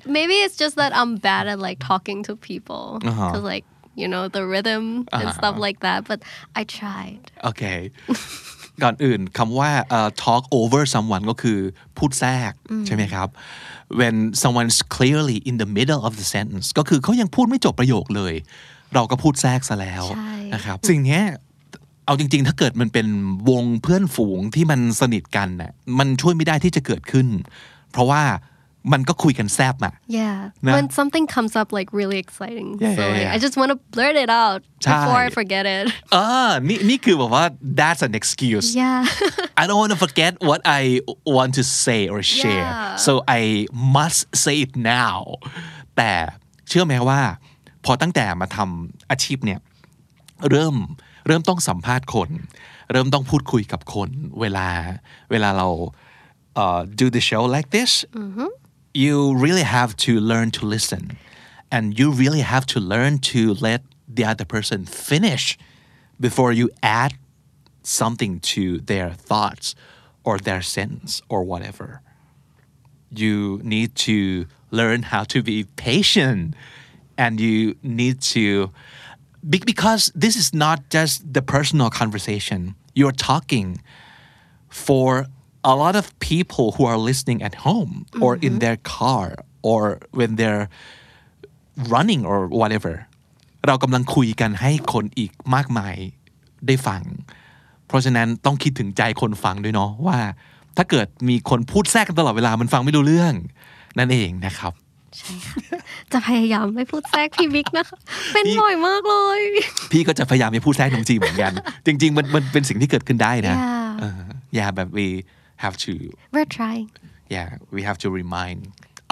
Speaker 3: Maybe it's just that I'm bad at like talking to people
Speaker 2: Uh-huh.
Speaker 3: because like you know the rhythm and stuff like that. But I tried.
Speaker 2: โอเค ก่อนอื่นคำว่าเอ่อ talk over someone ก็คือพูดแทรกใช่ไหมครับ when someone's clearly in the middle of the sentence ก็คือเขายังพูดไม่จบประโยคเลย เราก็พูดแทรกซะแล้ว
Speaker 3: ใช่
Speaker 2: นะครับ สิ่งเนี้ยเอาจริง ๆ ถ้าเกิดมันเป็นวงเพื่อนฝูงที่มันสนิทกันน่ะมันช่วยไม่ได้ที่จะเกิดขึ้น เพราะว่ามันก็คุยกันแซบอ่ะ
Speaker 3: Yeah.
Speaker 2: Nah.
Speaker 3: When something comes up like really exciting,
Speaker 2: Yeah,
Speaker 3: so
Speaker 2: yeah,
Speaker 3: like,
Speaker 2: yeah.
Speaker 3: I just want to blurt it out before I
Speaker 2: Right.
Speaker 3: forget it.
Speaker 2: เออนี่นี่คือแบบว่า that's an excuse
Speaker 3: Yeah.
Speaker 2: I don't want to forget what I want to say or share
Speaker 3: Yeah.
Speaker 2: so I must say it now แต่เชื่อไหมว่า พอตั้งแต่มาทำอาชีพเนี่ย เริ่มเริ่มต้องสัมภาษณ์คน เริ่มต้องพูดคุยกับคนเวลาเวลาเราเอ่อ do the show like this you really have to learn to listen and you really have to learn to let the other person finish before you add something to their thoughts or their sentence or whatever you need to learn how to be patient and you need to be- because this is not just the personal conversation you're talking for a lot of people who are listening at home or in their car or when they're running or whatever เรากำลังคุยกันให้คนอีกมากมายได้ฟัง เพราะฉะนั้นต้องคิดถึงใจคนฟังด้วยเนาะว่า ถ้าเกิดมีคนพูดแทรกกันตลอดเวลามันฟังไม่รู้เรื่อง นั่นเองนะครับ
Speaker 3: จะพยายามไม่พูดแทรกพี่มิกนะคะเป็นบ่อยมากเลย
Speaker 2: พี่ก็จะพยายามไปพูดแทรกน้องจีเหมือนกัน จริง ๆ มันมันเป็นสิ่งที่เกิดขึ้นได้นะ
Speaker 3: Yeah.
Speaker 2: เอออย่าแบบ we have to
Speaker 3: We're trying.
Speaker 2: yeah we have to remind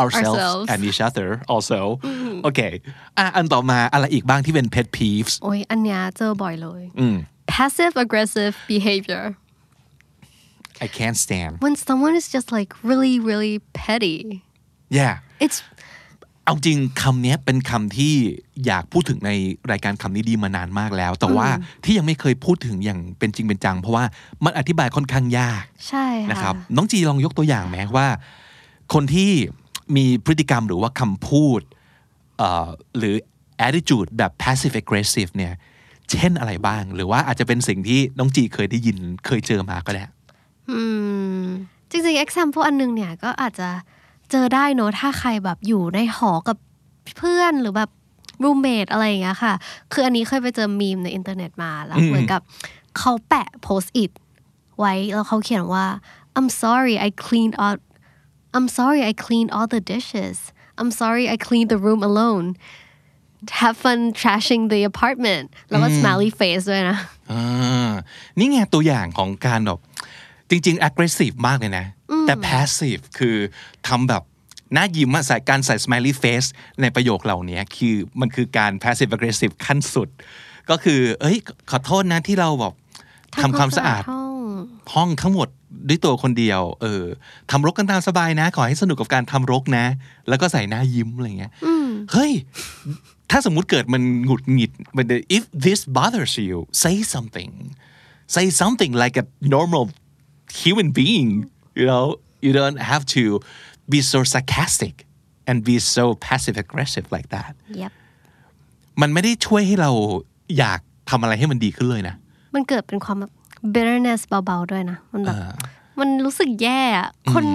Speaker 2: ourselves,
Speaker 3: Ourselves.
Speaker 2: and each other also okay อ่ะอันต่อมาอะไรอีกบ้างที่เป็น pet peeves
Speaker 3: โอ้ยอันเนี้ยเจอบ่อยเลย Mm. passive aggressive behavior
Speaker 2: I can't stand
Speaker 3: when someone is just like really really petty
Speaker 2: yeah
Speaker 3: it's
Speaker 2: เอาจริงคำเนี้ยเป็นคำที่อยากพูดถึงในรายการคำนี้ดีมานานมากแล้ว แต่ว่าที่ยังไม่เคยพูดถึงอย่างเป็นจริงเป็นจัง เพราะว่ามันอธิบายค่อนข้างยาก
Speaker 3: ใช่
Speaker 2: นะค
Speaker 3: ค่ะ
Speaker 2: รับ น้องจีลองยกตัวอย่างไหมว่า คนที่มีพฤติกรรมหรือว่าคำพูดเอ่อหรือ attitude แบบ passive aggressive เนี่ย เช่นอะไรบ้าง หรือว่าอาจจะเป็นสิ่งที่น้องจีเคยได้ยินเคยเจอมาก็ได้
Speaker 3: อืมจริงๆ example อันหนึงเนี่ยก็อาจจะเจอได้เนอะถ้าใครแบบอยู่ในหอกับเพื่อนหรือแบบ roommate อะไรอย่างเงี้ยค่ะ คืออันนี้เคยไปเจอมีมในอินเทอร์เน็ตมาแล้ว
Speaker 2: อืม
Speaker 3: เหมือนกับเขาแปะ post it ไว้แล้วเขาเขียนว่า I'm sorry I cleaned out I'm sorry I cleaned all the dishes I'm sorry I cleaned the room alone have fun trashing the apartment แล้วก็ smiley face ด้วยนะ
Speaker 2: อ่านี่ไงตัวอย่างของการแบบจริง ๆ aggressive มากเลยนะ แต่ passive คือทำแบบหน้ายิ้มอะใส่การใส่ smiley face ในประโยคเหล่านี้คือมันคือการ passive aggressive ขั้นสุด ก็คือ เอ้ย ขอโทษนะที่เราแบบทำความสะอาด
Speaker 3: ห้อง
Speaker 2: ห้องทั้งหมดด้วยตัวคนเดียว เออทำรกกันตามสบายนะ ขอให้สนุกกับการทำรกนะ แล้วก็ใส่หน้ายิ้มอะไรเงี้ยเฮ้ย ถ้าสมมุติเกิดมันหงุดหงิดมัน if this bothers you say something say something like a normal human being you know you don't have to be so sarcastic and be so passive aggressive like that
Speaker 3: Yep
Speaker 2: มันไม่ได้ช่วยให้เราอยากทำอะไรให้มันดีขึ้นเลยนะ
Speaker 3: มันเกิดเป็นความแบบ bitterness เบาๆด้วยนะ มันแบบ มันรู้สึกแย่อะคน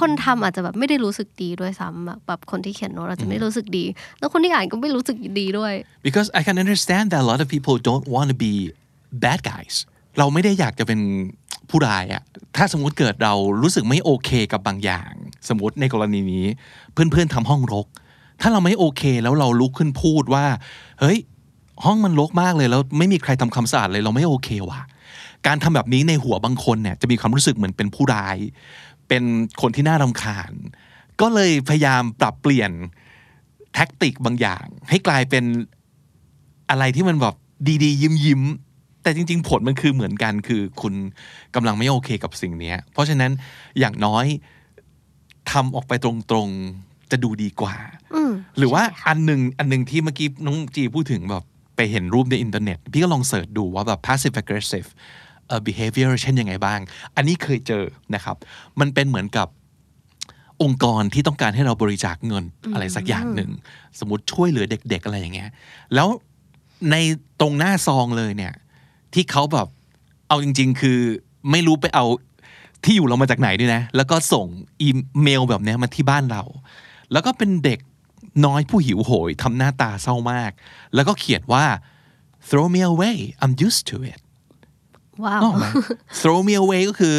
Speaker 3: คนทำอาจจะแบบไม่ได้รู้สึกดีด้วยซ้ำอะแบบคนที่เขียนโน้ตอาจจะไม่ได้รู้สึกดี แล้วคนที่อ่านก็ไม่รู้สึกดีด้วย
Speaker 2: because I can understand that a lot of people don't want to be bad guys เราไม่ได้อยากจะเป็นผู้ร้ายอะถ้าสมมุติเกิดเรารู้สึกไม่โอเคกับบางอย่าง สมมติในกรณีนี้ เพื่อนๆทำห้องรก ถ้าเราไม่โอเคแล้วเราลุกขึ้นพูดว่า เฮ้ย ห้องมันรกมากเลยแล้วไม่มีใครทำความสะอาดเลยเราไม่โอเควะ การทำแบบนี้ในหัวบางคนเนี่ยจะมีความรู้สึกเหมือนเป็นผู้ร้าย เป็นคนที่น่ารำคาญ ก็เลยพยายามปรับเปลี่ยนแท็กติกบางอย่าง ให้กลายเป็น อะไรที่มันแบบดีๆ ยิ้มยิ้มๆแต่จริง ๆ ผลมันคือเหมือนกันคือคุณกำลังไม่โอเคกับสิ่งเนี้ย เพราะฉะนั้นอย่างน้อยทำออกไปตรงๆ จะดูดีกว่า หรือว่าอันหนึ่งอันหนึ่งที่เมื่อกี้น้องจีพูดถึงแบบไปเห็นรูปในอินเทอร์เน็ต พี่ก็ลองเสิร์ชดูว่าแบบ passive aggressive เอ่อ behavior เช่นยังไงบ้าง อันนี้เคยเจอนะครับ มันเป็นเหมือนกับ องค์กรที่ต้องการให้เราบริจาคเงินอะไรสักอย่างหนึ่ง สมมติช่วยเหลือเด็ก ๆ อะไรอย่างเงี้ยแล้วในตรงหน้าซองเลยเนี่ย ที่เขาแบบเอาจริง ๆ คือไม่รู้ไปเอาที่อยู่เรามาจากไหนด้วยนะ แล้วก็ส่งอีเมลแบบเนี้ยมาที่บ้านเรา แล้วก็เป็นเด็กน้อยผู้หิวโหยทำหน้าตาเศร้ามาก แล้วก็เขียนว่า throw me away I'm used to it
Speaker 3: ว้าว
Speaker 2: นกออกไหม throw me away ก็คือ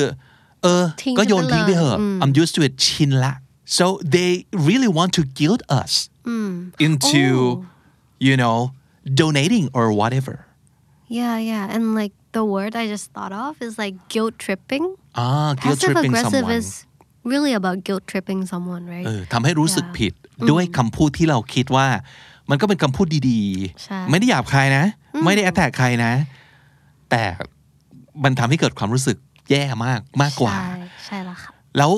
Speaker 2: เออ
Speaker 3: ทิ้ง
Speaker 2: ก็โยน
Speaker 3: ฉันไป
Speaker 2: ทิ้งไปเถอะ
Speaker 3: เลยอืม
Speaker 2: I'm used to it ชินละ so they really want to guilt us into you know donating or whatever
Speaker 3: Yeah, yeah. And like the word I just thought of is like guilt tripping.
Speaker 2: อ่า guilt
Speaker 3: Passive
Speaker 2: tripping
Speaker 3: aggressive
Speaker 2: someone
Speaker 3: is really about guilt tripping someone, right?
Speaker 2: เออทำให้รู้สึกผิดด้วยคำพูดที่เราคิดว่า มันก็เป็นคำพูดดี
Speaker 3: ใช่
Speaker 2: ๆ ไม่ได้หยาบคายนะ ไม่ได้แอตแทกใครนะ แต่มันทำให้เกิดความรู้สึกแย่มากมากกว่า
Speaker 3: ใช่ใช่ละค่ะ
Speaker 2: แล้ว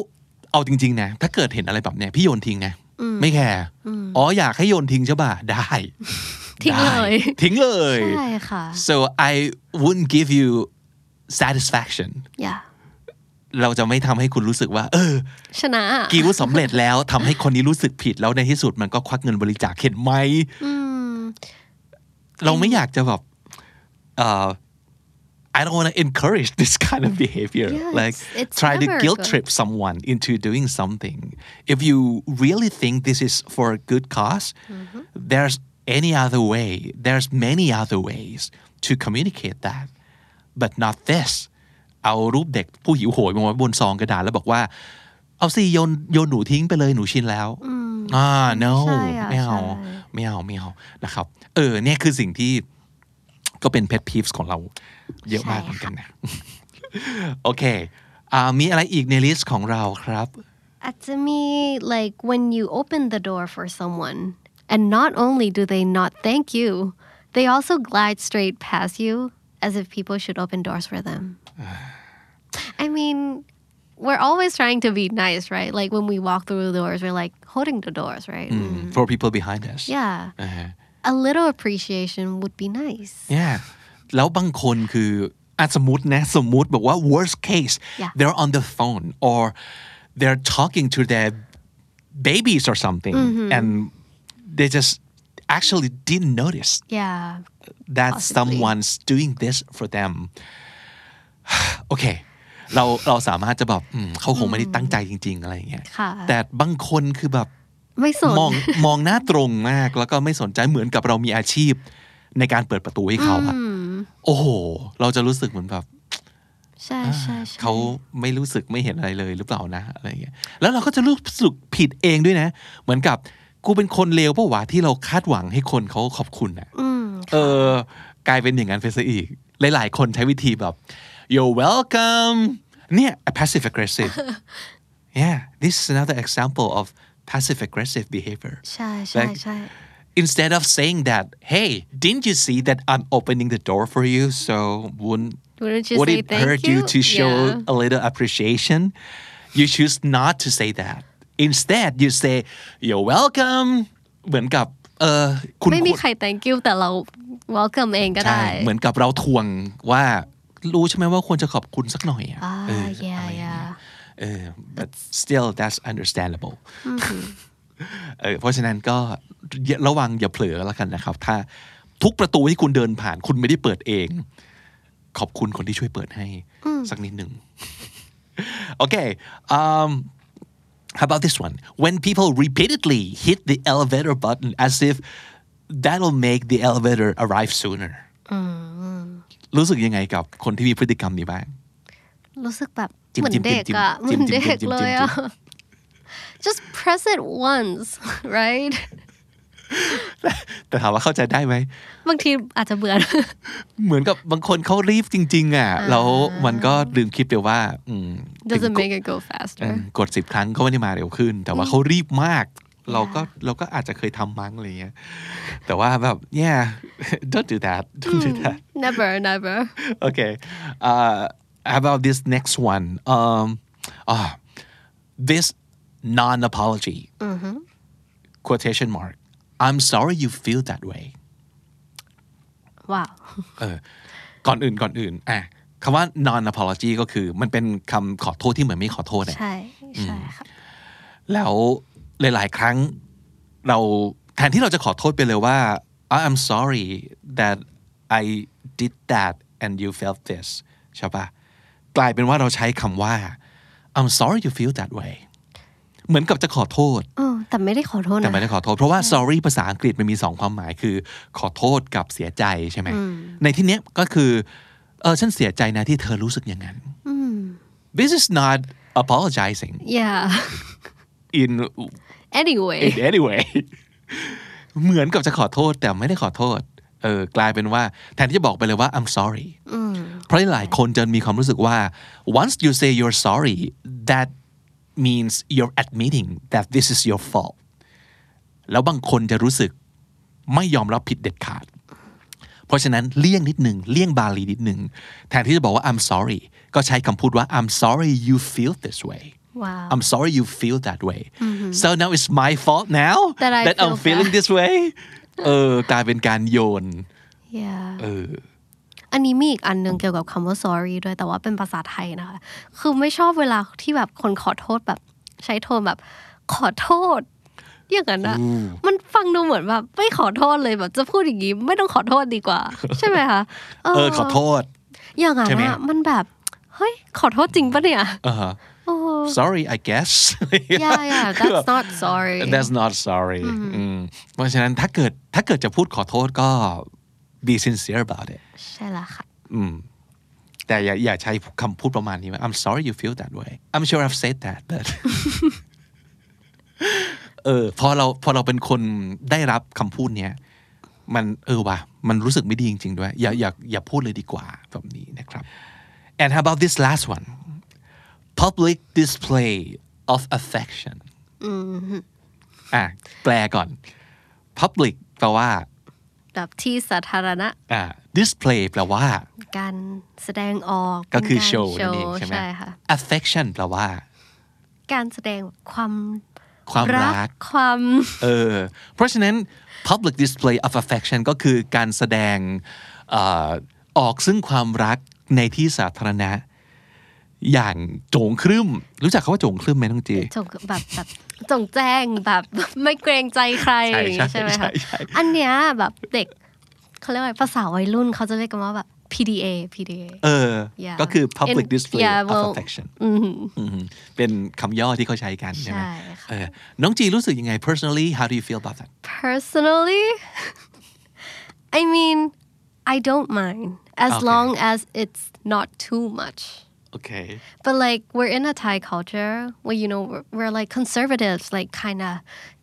Speaker 2: เอาจริง ๆ นะ ถ้าเกิดเห็นอะไรแบบเนี้ยพี่โยนทิ้งนะ ไม่แคร์อ๋ออยากให้โยนทิ้งใช่ป่ะ ได้
Speaker 3: ทิ้งเลย
Speaker 2: ได้ทิ้งเลย
Speaker 3: ใช่ค่ะ
Speaker 2: so I wouldn't give you satisfaction
Speaker 3: yeah
Speaker 2: เราจะไม่ทำให้คุณรู้สึกว่า เออ
Speaker 3: ชนะอะ
Speaker 2: กิวสำเร็จแล้วทำให้คนนี้รู้สึกผิดแล้วในที่สุดมันก็ควักเงินบริจาคเห็นไหม เราไม่อยากจะแบบเอ่อ I don't want to encourage this kind of behavior.
Speaker 3: Yeah,
Speaker 2: like
Speaker 3: it's- it's
Speaker 2: try to
Speaker 3: never
Speaker 2: guilt
Speaker 3: good.
Speaker 2: trip someone into doing something. If you really think this is for a good because there's any other way. There's many other ways to communicate that, but not this. เอารูปเด็กผู้หิวโหยมาไว้บนซองกระดาษแล้วบอกว่า เอาสิโยนโยนหนูทิ้งไปเลยหนูชินแล้วอ่า no
Speaker 3: ใช่อะ
Speaker 2: ไม่เอา
Speaker 3: ใช่
Speaker 2: ไม่เอาไม่เอานะครับ เออ เนี่ยคือสิ่งที่ ก็เป็น pet peeves ของเราเยอะมากเหมือนกันนะ โอเคอ่ามีอะไรอีกในลิสต์ของเราครับ
Speaker 3: อาจจะมี Uh, like when you open the door for someone and not only do they not thank you they also glide straight past you as if people should open doors for them I mean we're always trying to be nice right like when we walk through the doors we're like holding the doors right
Speaker 2: for people behind us
Speaker 3: yeah
Speaker 2: อ่าฮะ
Speaker 3: a little appreciation would be nice
Speaker 2: yeah แล้วบางคนคืออะสมมตินะ สมมติบอกว่า worst case
Speaker 3: Yeah.
Speaker 2: they're on the phone or they're talking to their babies or something and they just actually didn't notice
Speaker 3: yeah
Speaker 2: that
Speaker 3: Possibly.
Speaker 2: someone's doing this for them โอเค เราเราสามารถจะแบบอืมเขาคงไม่ได้ตั้งใจจริง ๆ อะไรอย่างเงี้ย
Speaker 3: ค่ะ
Speaker 2: แต่บางคนคือแบบ
Speaker 3: ไม่สน
Speaker 2: มอง มองหน้าตรงมาก แล้วก็ไม่สนใจเหมือนกับเรามีอาชีพ ในการเปิดประตูให้เขาอะโอ้โห เราจะรู้สึกเหมือนแบบ
Speaker 3: ใช่ใช่ใช่
Speaker 2: เขาไม่รู้สึกไม่เห็นอะไรเลยหรือเปล่านะอะไรอย่างเงี้ยแล้วเราก็จะรู้สึกผิดเองด้วยนะ เหมือนกับกูเป็นคนเลวเปะวะที่เราคาดหวังให้คนเขาขอบคุณนะเออกลายเป็นอย่างนั้นไปซะอีก หลาย ๆ คนใช้วิธีแบบ you're welcome เนี่ย passive aggressive yeah this is another example of passive aggressive behavior
Speaker 3: ใช่ใช่ใช่
Speaker 2: instead of saying that, hey, didn't you see that I'm opening the door for you? So wouldn't
Speaker 3: Wouldn't you
Speaker 2: would
Speaker 3: say
Speaker 2: it
Speaker 3: thank
Speaker 2: hurt you,
Speaker 3: you?
Speaker 2: to show
Speaker 3: Yeah.
Speaker 2: a little appreciation? You choose not to say that. Instead, you say, you're welcome. เหมือนกับเออคุณ
Speaker 3: ไม่มี
Speaker 2: วร
Speaker 3: ใคร thank you แต่เรา welcome เองก็ได้
Speaker 2: ใช่เหมือนกับเราทวงว่ารู้ใช่ไหมว่าควรจะขอบคุณสักหน่อยอ่ะ
Speaker 3: อ่า
Speaker 2: เออ
Speaker 3: yeah,
Speaker 2: อะไรอย่างเงี้ย
Speaker 3: yeah.
Speaker 2: เออ but still that's understandable เออเพราะฉะนั้นก็ระวังอย่าเผลอแล้วกันนะครับ ถ้าทุกประตูที่คุณเดินผ่านคุณไม่ได้เปิดเอง ขอบคุณคนที่ช่วยเปิดให้สักนิดหนึ่ง โอเค um, How about this one? When people repeatedly hit the elevator button as if that'll make the elevator arrive sooner. รู้สึกยังไงกับคนที่มีพฤติกรรมนี้บ้าง
Speaker 3: รู้สึกแบบ
Speaker 2: จิ้ม
Speaker 3: เหมือน
Speaker 2: จิ้มจิ้ม
Speaker 3: เด็กอะเห
Speaker 2: จิ้
Speaker 3: มื
Speaker 2: ม
Speaker 3: อน
Speaker 2: จิ้มจิ้ม
Speaker 3: เด็ก
Speaker 2: จิ้มจิ้ม
Speaker 3: เลยอะ just press it once right
Speaker 2: แต่ถามว่าเข้าใจได้ไหม
Speaker 3: บางทีอาจจะเบื่อ
Speaker 2: เหมือนกับบางคนเขารีบจริง ๆ อ่ะ แล้วมันก็ลืมคิดไปว่า อืม
Speaker 3: doesn't make it go
Speaker 2: เอ
Speaker 3: faster
Speaker 2: อกดสิบครั้งก็ไม่ได้มาเร็วขึ้น แต่ว่าเขารีบมาก เราก็เราก็อาจจะเคยทำมั้งอะไรเงี้ยแต่ว่าแบบ yeah don't do that don't do that
Speaker 3: never never
Speaker 2: okay uh, how about this next one um, ah, this non-apology quotation mark I'm sorry you feel that way
Speaker 3: ว้าว
Speaker 2: เออก่อนอื่นก่อนอื่นอ่ะคำว่า non apology ก็คือ มันเป็นคำขอโทษที่เหมือนไม่ขอโทษเนี่ย
Speaker 3: ใช่ใช่ค่ะ
Speaker 2: แล้วหลาย ๆ ครั้งเราแทนที่เราจะขอโทษไปเลยว่า "Ah, I'm sorry that I did that and you felt this ใช่ปะกลายเป็นว่าเราใช้คำว่า I'm sorry you feel that way เหมือนกับจะขอโทษ
Speaker 3: เออแต่ไม่ได้ขอโทษ
Speaker 2: แต่
Speaker 3: นะ
Speaker 2: ไม่ได้ขอโทษ เพราะว่า sorry ภาษาอังกฤษมันมีสองความหมายคือ ขอโทษกับเสียใจใช่ไหม ในที่เนี้ยก็คือเออฉันเสียใจนะที่เธอรู้สึกอย่างนั้น this is not apologizing
Speaker 3: yeah
Speaker 2: in
Speaker 3: anyway
Speaker 2: in any way เหมือนกับจะขอโทษแต่ไม่ได้ขอโทษเออกลายเป็นว่าแทนที่จะบอกไปเลยว่า I'm sorry เพราะหลายคนจะมีความรู้สึกว่า once you say you're sorry that means you're admitting that this is your fault แล้วบางคนจะรู้สึกไม่ยอมรับผิดเด็ดขาด เพราะฉะนั้นเลี่ยงนิดหนึ่งเลี่ยงบาลีนิดหนึ่งแทนที่จะบอกว่า I'm sorry ก็ใช้คำพูดว่า I'm sorry you feel this way
Speaker 3: ว้าว
Speaker 2: I'm sorry you feel that way so now it's my fault now
Speaker 3: That I
Speaker 2: I'm
Speaker 3: feel bad.
Speaker 2: feeling this way เออกลายเป็นการโยน
Speaker 3: yeah
Speaker 2: เออ
Speaker 3: อันนี้มีอีกอันหนึ่งเกี่ยวกับคำว่า sorry ด้วยแต่ว่าเป็นภาษาไทยนะคะ คือไม่ชอบเวลาที่แบบคนขอโทษแบบ ใช้โทนแบบ ขอโทษ อย่างนั้นอะมันฟังดูเหมือนแบบไม่ขอโทษเลยแบบจะพูดอย่างนี้ไม่ต้องขอโทษดีกว่า ใช่ไหมคะ
Speaker 2: เออขอโทษ
Speaker 3: อย่างนั้
Speaker 2: ใช่
Speaker 3: น
Speaker 2: ไหม
Speaker 3: อะมันแบบเฮ้ยขอโทษจริงปะ เนี่ย
Speaker 2: อ่าฮะ
Speaker 3: โอ้
Speaker 2: sorry I guess
Speaker 3: yeah yeah
Speaker 2: คือแบบ
Speaker 3: that's not sorry
Speaker 2: that's not sorry อืมเพราะฉะนั้นถ้าเกิดถ้าเกิดจะพูดขอโทษก็ be sincere about it
Speaker 3: ใช่ละค่ะ
Speaker 2: อืมแต่อย่าอย่าใช้คำพูดประมาณนี้ว่า I'm sorry you feel that way I'm sure I've said that but เออพอเราพอเราเป็นคนได้รับคำพูดเนี้ยมันเออว่ะมันรู้สึกไม่ดีจริง ๆ ด้วย อย่าอย่าอย่าพูดเลยดีกว่าแบบนี้นะครับ and how about this last one public display of affection อ่ะแปลก่อน public แปลว่า
Speaker 3: แบบที่สาธารณะ
Speaker 2: อ่า display แปลว่า
Speaker 3: การแสดงออก
Speaker 2: ก็คือ
Speaker 3: เป็นาร
Speaker 2: โชว์นั่นเองใช่ไหม
Speaker 3: ใช่ค่ะ
Speaker 2: affection แปลว่า
Speaker 3: การแสดงความ
Speaker 2: ความรัก
Speaker 3: ความ
Speaker 2: เออ เพราะฉะนั้น public display of affection ก็คือการแสดงเอ่อออกซึ่งความรักในที่สาธารณะ อย่างโจงครึม รู้จักคาว่าโจงครึมไหมน้องจี
Speaker 3: จงแบบแบบจงแจ้งแบบไม่เกรงใจใคร
Speaker 2: ใช่ใช่
Speaker 3: ไหม
Speaker 2: ใช่
Speaker 3: คะ
Speaker 2: ใช่
Speaker 3: อันเนี้ยแบบเด็กเขาเรียกว่าภาษาวัยรุ่นเขาจะเรียกกันว่าแบบ PDA PDA
Speaker 2: เออ
Speaker 3: Yeah.
Speaker 2: ก็คือ public
Speaker 3: In-
Speaker 2: display
Speaker 3: yeah,
Speaker 2: of
Speaker 3: well,
Speaker 2: affection อืมเป็นคำย่อที่เขาใช้กันใช่ไหม
Speaker 3: ใช่ค่ะ
Speaker 2: เออน้องจีรู้สึกยังไง personally how do you feel about that
Speaker 3: personally I mean I don't mind as
Speaker 2: Okay.
Speaker 3: long as it's not too much
Speaker 2: okay
Speaker 3: But like we're in a Thai culture where you know we're, we're like conservatives, like kind of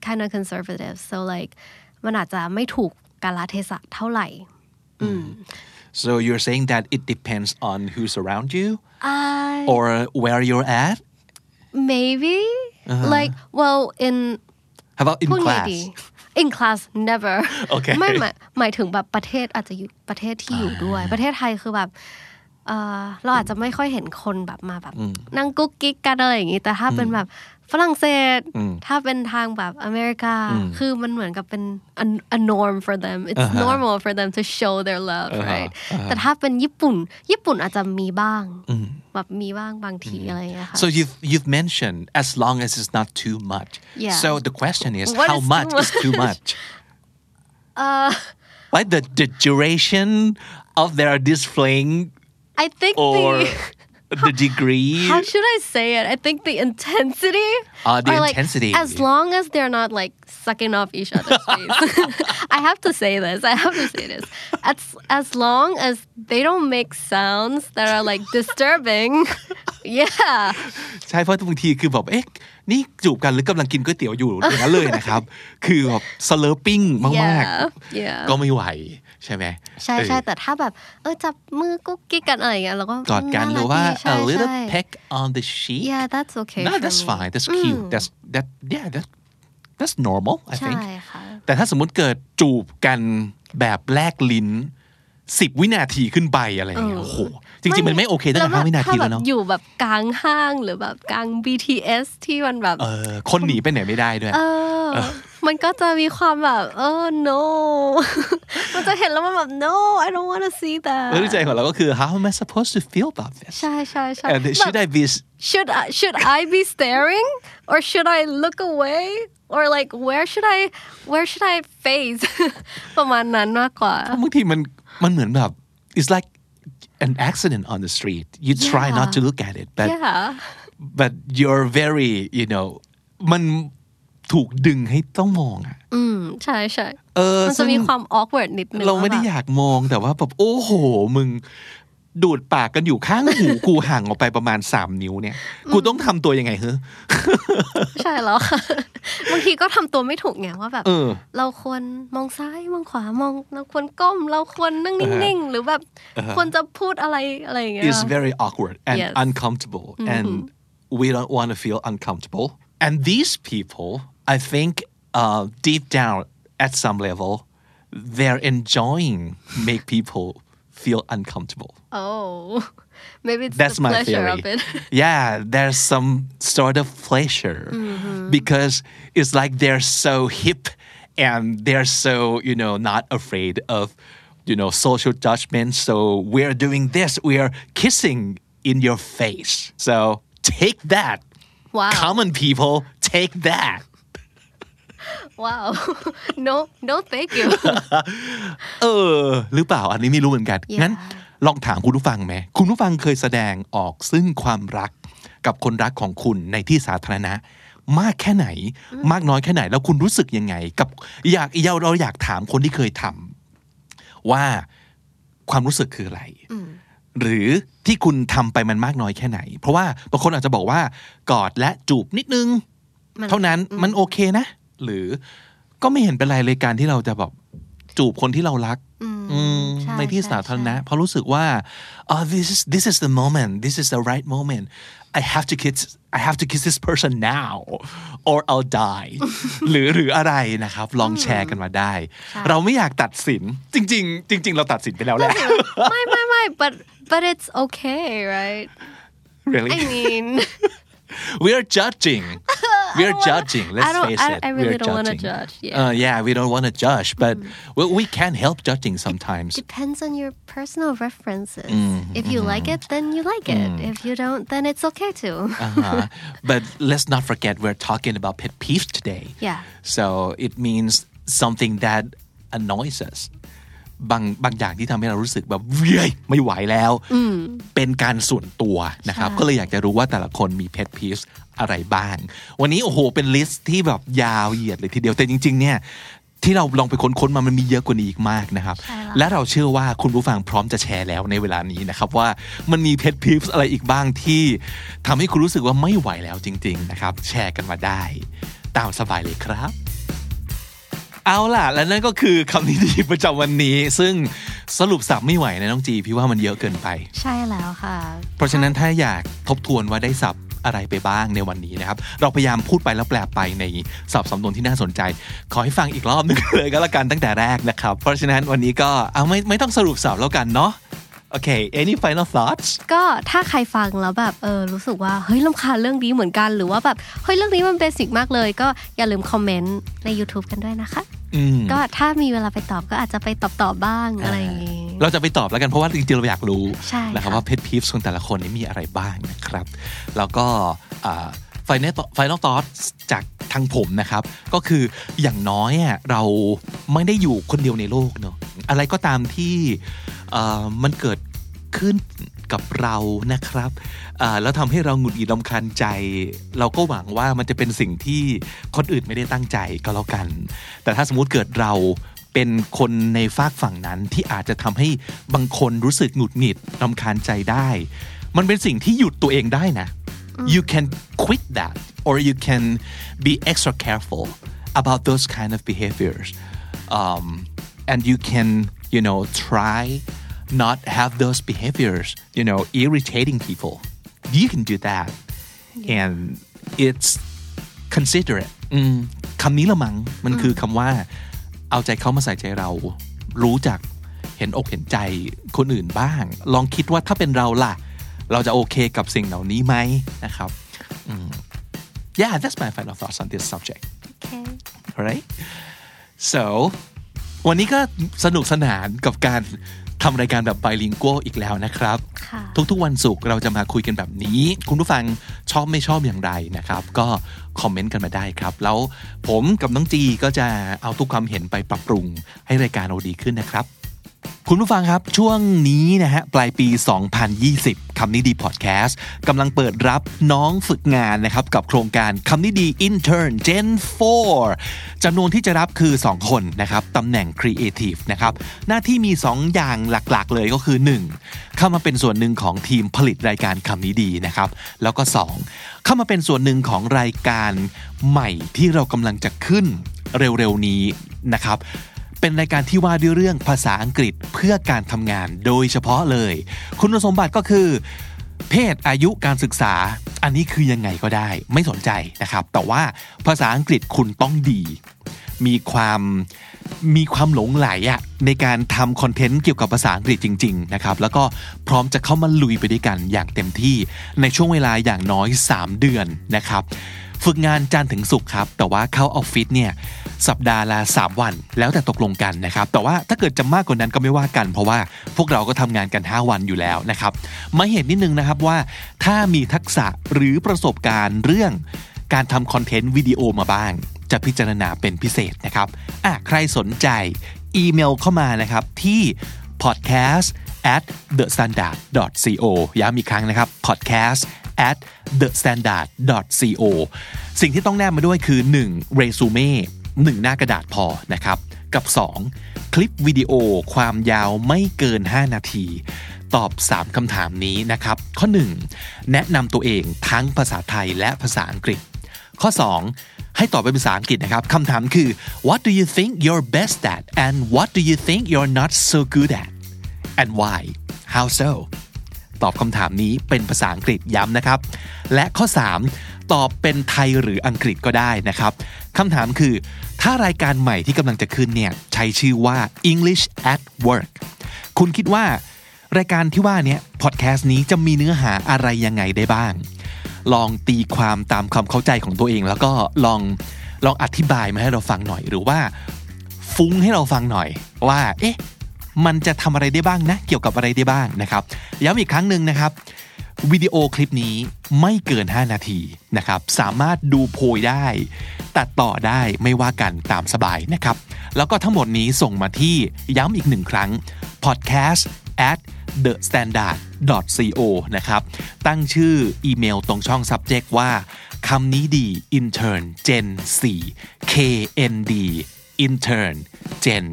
Speaker 3: kind of conservative. So like มันอาจจะไม่ถูกกาลเทศะเท่าไหร่
Speaker 2: so you're saying that it depends on who's around you
Speaker 3: I
Speaker 2: or uh, where you're at
Speaker 3: maybe like well in
Speaker 2: how about in
Speaker 3: พวกนี้
Speaker 2: class
Speaker 3: ดี in class never
Speaker 2: Okay.
Speaker 3: ไม่หมายหมายถึงแบบประเทศอาจจะอยู่ประเทศที่อยู่ด้วย ประเทศไทยคือแบบเอ่อเราอาจจะไม่ค่อยเห็นคนแบบมาแบบนั่งกุ๊กกิ๊กกันอะไรอย่างนี้ แต่ถ้าเป็นแบบฝรั่งเศส ถ้าเป็นทางแบบอเมริกา คือมันเหมือนกับเป็น a, a norm for them it's normal for them to show their love right แต่ถ้าเป็นญี่ปุ่น ญี่ปุ่นอาจจะมีบ้างแบบมีบ้างบางทีอะไรอย่างเงี้ยค่ะ
Speaker 2: So you've you've mentioned as long as it's not too much.
Speaker 3: Yeah.
Speaker 2: So the question is
Speaker 3: What
Speaker 2: how
Speaker 3: is too Uh.
Speaker 2: much is too much? like the, the duration of their displaying
Speaker 3: I think
Speaker 2: or
Speaker 3: the
Speaker 2: the degree.
Speaker 3: How should I say it? I think the intensity.
Speaker 2: Ah, the
Speaker 3: or, like,
Speaker 2: intensity.
Speaker 3: As long as they're not like sucking off each other's face. I have to say this. I have to say this. As as long as they don't make sounds that are like disturbing. yeah.
Speaker 2: ใช่เพราะบางทีคือแบบเอ๊ะ นี่จูบกันหรือกำลังกินก๋วยเตี๋ยวอยู่อย่างนั้นเลย นะครับ คือแบบสเลิร์ปิ้งมาก
Speaker 3: yeah yeah
Speaker 2: ๆ ก็ไม่ไหวใช่ไหม
Speaker 3: ใช่ใช่แต่ถ้าแบบเออจับมือกุ๊กกิ๊กกันอะไรอย่างเงี้ยเราก็
Speaker 2: กอดกันหรือว่า a
Speaker 3: ใช่ใช่
Speaker 2: Uh, little peck on the cheek
Speaker 3: yeah that's okay
Speaker 2: no
Speaker 3: for
Speaker 2: that's
Speaker 3: me
Speaker 2: fine that's cute
Speaker 3: อืม
Speaker 2: that's that yeah that that's normal I
Speaker 3: ใช่
Speaker 2: think
Speaker 3: ค่ะ
Speaker 2: แต่ถ้าสมมติเกิดจูบกันแบบแลกลิ้นสิบวินาทีขึ้นไปอะไรอย่างเงี้ย
Speaker 3: เออ
Speaker 2: โอ้โหจริงๆ มันไม่โอเคตั้งแต่
Speaker 3: แล้
Speaker 2: ห้าวินาที
Speaker 3: ถ้
Speaker 2: แล้วเนาะ
Speaker 3: อยู่แบบกลางห้างหรือแบบกลาง BTS ที่มันแบบ
Speaker 2: เออคนหนีไปไหนไม่ได้ด้วย
Speaker 3: เออ มันก็จะมีความแบบ เออ no มันจะเห็นแล้วมันแบบ no I don't want to see that
Speaker 2: แล้วในใจของเราก็คือ how am I supposed to feel about this
Speaker 3: ใช่ใช่ใช่
Speaker 2: and
Speaker 3: แบบ
Speaker 2: should I be
Speaker 3: should I, should I be staring or should I look away or like where should I where should I face ประมาณนั้นมากกว่า
Speaker 2: บางทีมันมันเหมือนแบบ it's like an accident on the street you try
Speaker 3: Yeah.
Speaker 2: not to look at it but
Speaker 3: yeah
Speaker 2: but you're very you know มันถูกดึงให้ต้องมองอะ
Speaker 3: อืมใช่ใช่
Speaker 2: เออ
Speaker 3: มันจะ
Speaker 2: ซึ่ง
Speaker 3: มีความ awkward นิดนึง
Speaker 2: เราไม่ได้
Speaker 3: ว่แบบ
Speaker 2: อยากมองแต่ว่าแบบโอ้โห มึง ดูดปากกันอยู่ข้างหู กูห่างออกไปประมาณ 3 นิ้วเนี่ย กูต้องทำตัวยังไงเฮ้อ
Speaker 3: ใช่แล้วค่ะ บางทีก็ทำตัวไม่ถูกไงว่าแบบ
Speaker 2: เออ
Speaker 3: เราควรมองซ้ายมองขวามองเราควรก้ม เราควรนั่งนิ่งๆ หรือแบบควรจะพูดอะไรอะไรอย่างเงี้ย
Speaker 2: it's very awkward and
Speaker 3: Yes.
Speaker 2: uncomfortable and we don't want to feel uncomfortable and these people I think uh, deep down at some level they're enjoying make people feel uncomfortable
Speaker 3: oh maybe it's
Speaker 2: That's
Speaker 3: the
Speaker 2: my
Speaker 3: pleasure
Speaker 2: theory.
Speaker 3: of it
Speaker 2: yeah, there's some sort of pleasure
Speaker 3: Mm-hmm.
Speaker 2: because it's like they're so hip and they're so, you know, not afraid of, you know, social judgment. So we're doing this, we are kissing in your face. So take that.
Speaker 3: wow
Speaker 2: Common people, take that.
Speaker 3: wow no no thank you
Speaker 2: เออ หรือเปล่าอันนี้ไม่รู้เหมือนกัน
Speaker 3: Yeah.
Speaker 2: งั้นลองถามคุณผู้ฟังไหม คุณผู้ฟังเคยแสดงออกซึ่งความรักกับคนรักของคุณในที่สาธารณะ มากแค่ไหน มากน้อยแค่ไหน แล้วคุณรู้สึกยังไง กับอยากเราเราอยากถามคนที่เคยทำว่าความรู้สึกคืออะไร หรือที่คุณทำไปมันมากน้อยแค่ไหน เพราะว่าบางคนอาจจะบอกว่ากอดและจูบนิดนึง เท่านั้นมันโอเคนะ หรือก็ไม่เห็นเป็นไรเลยการที่เราจะแบบจูบคนที่เรารัก
Speaker 3: อืม
Speaker 2: อืม
Speaker 3: ช่
Speaker 2: ในที่
Speaker 3: ช่
Speaker 2: สาธารณะ
Speaker 3: ใช่
Speaker 2: เพราะรู้สึกว่า oh this is this is the moment this is the right moment I have to kiss I have to kiss this person now or I'll die หรือหรืออะไรนะครับ ลองแชร์กันมาได้ เราไม่อยากตัดสินจริง ๆ จริง ๆ เราตัดสินไปแล้วแหละ
Speaker 3: ไม่ไม่ไม่ but but it's okay right
Speaker 2: really
Speaker 3: I mean
Speaker 2: we are judging we are judging let's
Speaker 3: I don't-
Speaker 2: face
Speaker 3: I-
Speaker 2: it
Speaker 3: I
Speaker 2: we
Speaker 3: really
Speaker 2: are
Speaker 3: don't wanna
Speaker 2: judging
Speaker 3: judge, yeah. Mm.
Speaker 2: Uh, yeah we don't want to judge but we, we can help judging sometimes
Speaker 3: depends on your personal preferences if you like it then you like it if you don't then it's okay too
Speaker 2: Uh-huh. but let's not forget we're talking about pet peeves today.
Speaker 3: Yeah.
Speaker 2: So it means something that annoys us. บางบางอย่างที่ทำให้เรารู้สึกแบบเฮ้ยไม่ไหวแล้ว เป็นการส่วนตัวนะครับ ก็เลยอยากจะรู้ว่าแต่ละคนมีเพ t พีซอะไรบ้าง วันนี้โอ้โห เป็นลิสต์ที่แบบยาวเหยียดเลยทีเดียว แต่จริง ๆ เนี่ย ที่เราลองไปค้นๆมามันมีเยอะกว่านี้อีกมากนะครับ และเราเชื่อว่าคุณผู้ฟังพร้อมจะแชร์แล้วในเวลานี้นะครับ ว่ามันมีเพ t พีซอะไรอีกบ้างที่ทำให้คุณรู้สึกว่าไม่ไหวแล้วจริง ๆ นะครับ แชร์กันมาได้ ตามสบายเลยครับ เอาล่ะ และนั่นก็คือคำนิยมประจำวันนี้ ซึ่งสรุปสับไม่ไหวนะน้องจี พี่ว่ามันเยอะเกินไป
Speaker 3: ใช่แล้วค่ะ
Speaker 2: เพราะฉะนั้นถ้าอยากทบทวนว่าได้สับอะไรไปบ้างในวันนี้นะครับ เราพยายามพูดไปแล้วแปลไปในสับสำนวนที่น่าสนใจ ขอให้ฟังอีกรอบหนึง เลยก็แล้วกันตั้งแต่แรกนะครับ เพราะฉะนั้นวันนี้ก็เอาไม่ไม่ต้องสรุปสับแล้วกันเนาะโอเค any final thoughts
Speaker 3: ก็ถ้าใครฟังแล้วแบบเออรู้สึกว่าเฮ้ยลำคาญเรื่องนี้เหมือนกันหรือว่าแบบเฮ้ยเรื่องนี้มันเบสิกมากเลย ก็อย่าลืมคอมเมนต์ใน YouTube กันด้วยนะคะ
Speaker 2: อืม
Speaker 3: ก็ถ้ามีเวลาไปตอบก็อาจจะไปตอบตอบๆบ้างอะไรอย่างงี้
Speaker 2: เราจะไปตอบแล้วกันเพราะว่าจริงๆเราอยากรู้
Speaker 3: ใช่
Speaker 2: นะครับ
Speaker 3: ค่ะ
Speaker 2: ว่าเพจพีฟของแต่ละคนนี้มีอะไรบ้างนะครับ แล้วก็ไฟนอลไฟนอลทอสจากทางผมนะครับ ก็คืออย่างน้อยอะเราไม่ได้อยู่คนเดียวในโลกเนอะอะไรก็ตามที่เอ่อมันเกิดขึ้นกับเรานะครับอ่าแล้วทำให้เราหงุดหงิดรำคาญใจ เราก็หวังว่ามันจะเป็นสิ่งที่คนอื่นไม่ได้ตั้งใจก็แล้วกัน แต่ถ้าสมมุติเกิดเรา เป็นคนในฝากฝั่งนั้นที่อาจจะทำให้บางคนรู้สึกหงุดหงิดรำคาญใจได้ มันเป็นสิ่งที่หยุดตัวเองได้นะ you can quit that or you can be extra careful about those kind of behaviors um, and you can you know try not have those behaviors you know irritating people you can do that and it's considerate อืมคำนี้ละมัง้งมันคือคำว่า เอาใจเขามาใส่ใจเรา รู้จักเห็นอกเห็นใจคนอื่นบ้าง ลองคิดว่าถ้าเป็นเราล่ะ เราจะโอเคกับสิ่งเหล่านี้ไหมนะครับ yeah that's my final thoughts on this subject
Speaker 3: Okay.
Speaker 2: alright so วันนี้ก็สนุกสนานกับการทำรายการแบบ bilingual อีกแล้วนะครับ
Speaker 3: ค่ะ
Speaker 2: ทุกๆวันศุกร์เราจะมาคุยกันแบบนี้ คุณผู้ฟังชอบไม่ชอบอย่างไรนะครับ ก็คอมเมนต์กันมาได้ครับ แล้วผมกับน้องจีก็จะเอาทุกความเห็นไปปรับปรุงให้รายการเราดีขึ้นนะครับ คุณผู้ฟังครับช่วงนี้นะฮะปลายปี 2020 คำนี้ดีพอดแคสต์กำลังเปิดรับน้องฝึกงานนะครับ กับโครงการคำนี้ดี Intern Gen 4จำนวนที่จะรับคือ 2 คนนะครับตำแหน่ง Creative นะครับ หน้าที่มี 2 อย่างหลักๆ เลยก็คือ 1. เข้ามาเป็นส่วนหนึ่งของทีมผลิตรายการคำนี้ดีนะครับ แล้วก็ 2. เข้ามาเป็นส่วนหนึ่งของรายการใหม่ที่เรากำลังจะขึ้นเร็วๆนี้นะครับ เป็นรายการที่ว่าด้วยเรื่องภาษาอังกฤษเพื่อการทำงานโดยเฉพาะเลย คุณสมบัติก็คือ เพศอายุการศึกษา อันนี้คือยังไงก็ได้ไม่สนใจนะครับ แต่ว่าภาษาอังกฤษคุณต้องดี มีความมีความหลงไหลอะในการทำคอนเทนต์เกี่ยวกับภาษาอังกฤษจริง ๆ นะครับ แล้วก็พร้อมจะเข้ามาลุยไปด้วยกันอย่างเต็มที่ในช่วงเวลาอย่างน้อย 3 เดือนนะครับ ฝึกงานจันทร์ถึงศุกร์ครับ แต่ว่าเข้าออฟฟิศเนี่ย สัปดาห์ละ 3 วันแล้วแต่ตกลงกันนะครับ แต่ว่าถ้าเกิดจะมากกว่านั้นก็ไม่ว่ากัน เพราะว่าพวกเราก็ทำงานกัน 5 วันอยู่แล้วนะครับ มาเห็นนิดนึงนะครับว่าถ้ามีทักษะหรือประสบการณ์เรื่อง การทำคอนเทนต์วิดีโอมาบ้าง จะพิจารณาเป็นพิเศษนะครับอ่ะใครสนใจอีเมลเข้ามานะครับที่ podcast at the standard co ย้ำอีกครั้งนะครับ podcast at the standard co สิ่งที่ต้องแนบมาด้วยคือ 1. เรซูเม่1หน้ากระดาษพอนะครับ กับ 2. คลิปวิดีโอความยาวไม่เกิน 5 นาที ตอบ 3 คำถามนี้นะครับ ข้อ 1. แนะนำตัวเองทั้งภาษาไทยและภาษาอังกฤษ ข้อ 2 ให้ตอบเป็นภาษาอังกฤษนะครับคำถามคือ what do you think you're best at and what do you think you're not so good at and why how so ตอบคำถามนี้เป็นภาษาอังกฤษย้ำนะครับ และข้อ 3 ตอบเป็นไทยหรืออังกฤษก็ได้นะครับคำถามคือ ถ้ารายการใหม่ที่กำลังจะขึ้นเนี่ยใช้ชื่อว่า English at Work คุณคิดว่า รายการที่ว่าเนี้ยพอดแคสต์นี้จะมีเนื้อหาอะไรยังไงได้บ้าง ลองตีความตามความเข้าใจของตัวเอง แล้วก็ลองลองอธิบายมาให้เราฟังหน่อย หรือว่า ฟุ้งให้เราฟังหน่อยว่า เอ๊ะ มันจะทำอะไรได้บ้างนะ เกี่ยวกับอะไรได้บ้างนะครับ ย้ำอีกครั้งหนึ่งนะครับ วิดีโอคลิปนี้ไม่เกิน 5 นาทีนะครับ สามารถดูโพยได้ ตัดต่อได้ไม่ว่ากันตามสบายนะครับ แล้วก็ทั้งหมดนี้ส่งมาที่ย้ำอีกหนึ่งครั้ง podcast at the standard co นะครับ ตั้งชื่ออีเมลตรงช่อง subject ว่าคำนี้ดี intern gen 4 knd intern gen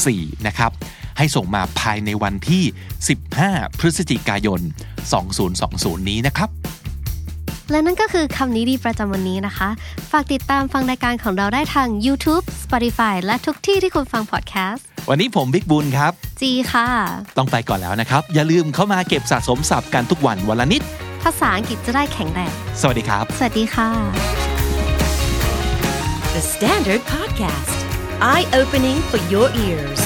Speaker 2: 4 นะครับ ให้ส่งมาภายในวันที่ 15 พฤศจิกายน 2020 นี้นะครับ
Speaker 3: และนั่นก็คือคำนี้ดีประจำวันนี้นะคะ ฝากติดตามฟังรายการของเราได้ทาง YouTube Spotify และทุกที่ที่คุณฟัง podcast
Speaker 2: วันนี้ผมบิ๊กบุญครับ
Speaker 3: จีค่ะ
Speaker 2: ต้องไปก่อนแล้วนะครับ อย่าลืมเข้ามาเก็บสะสมศัพท์กันทุกวันวันละนิด
Speaker 3: ภาษาอังกฤษจะได้แข็งแรง
Speaker 2: สวัสดีครับ
Speaker 3: สวัสดีค่ะ
Speaker 1: The Standard Podcast, eye opening for your ears.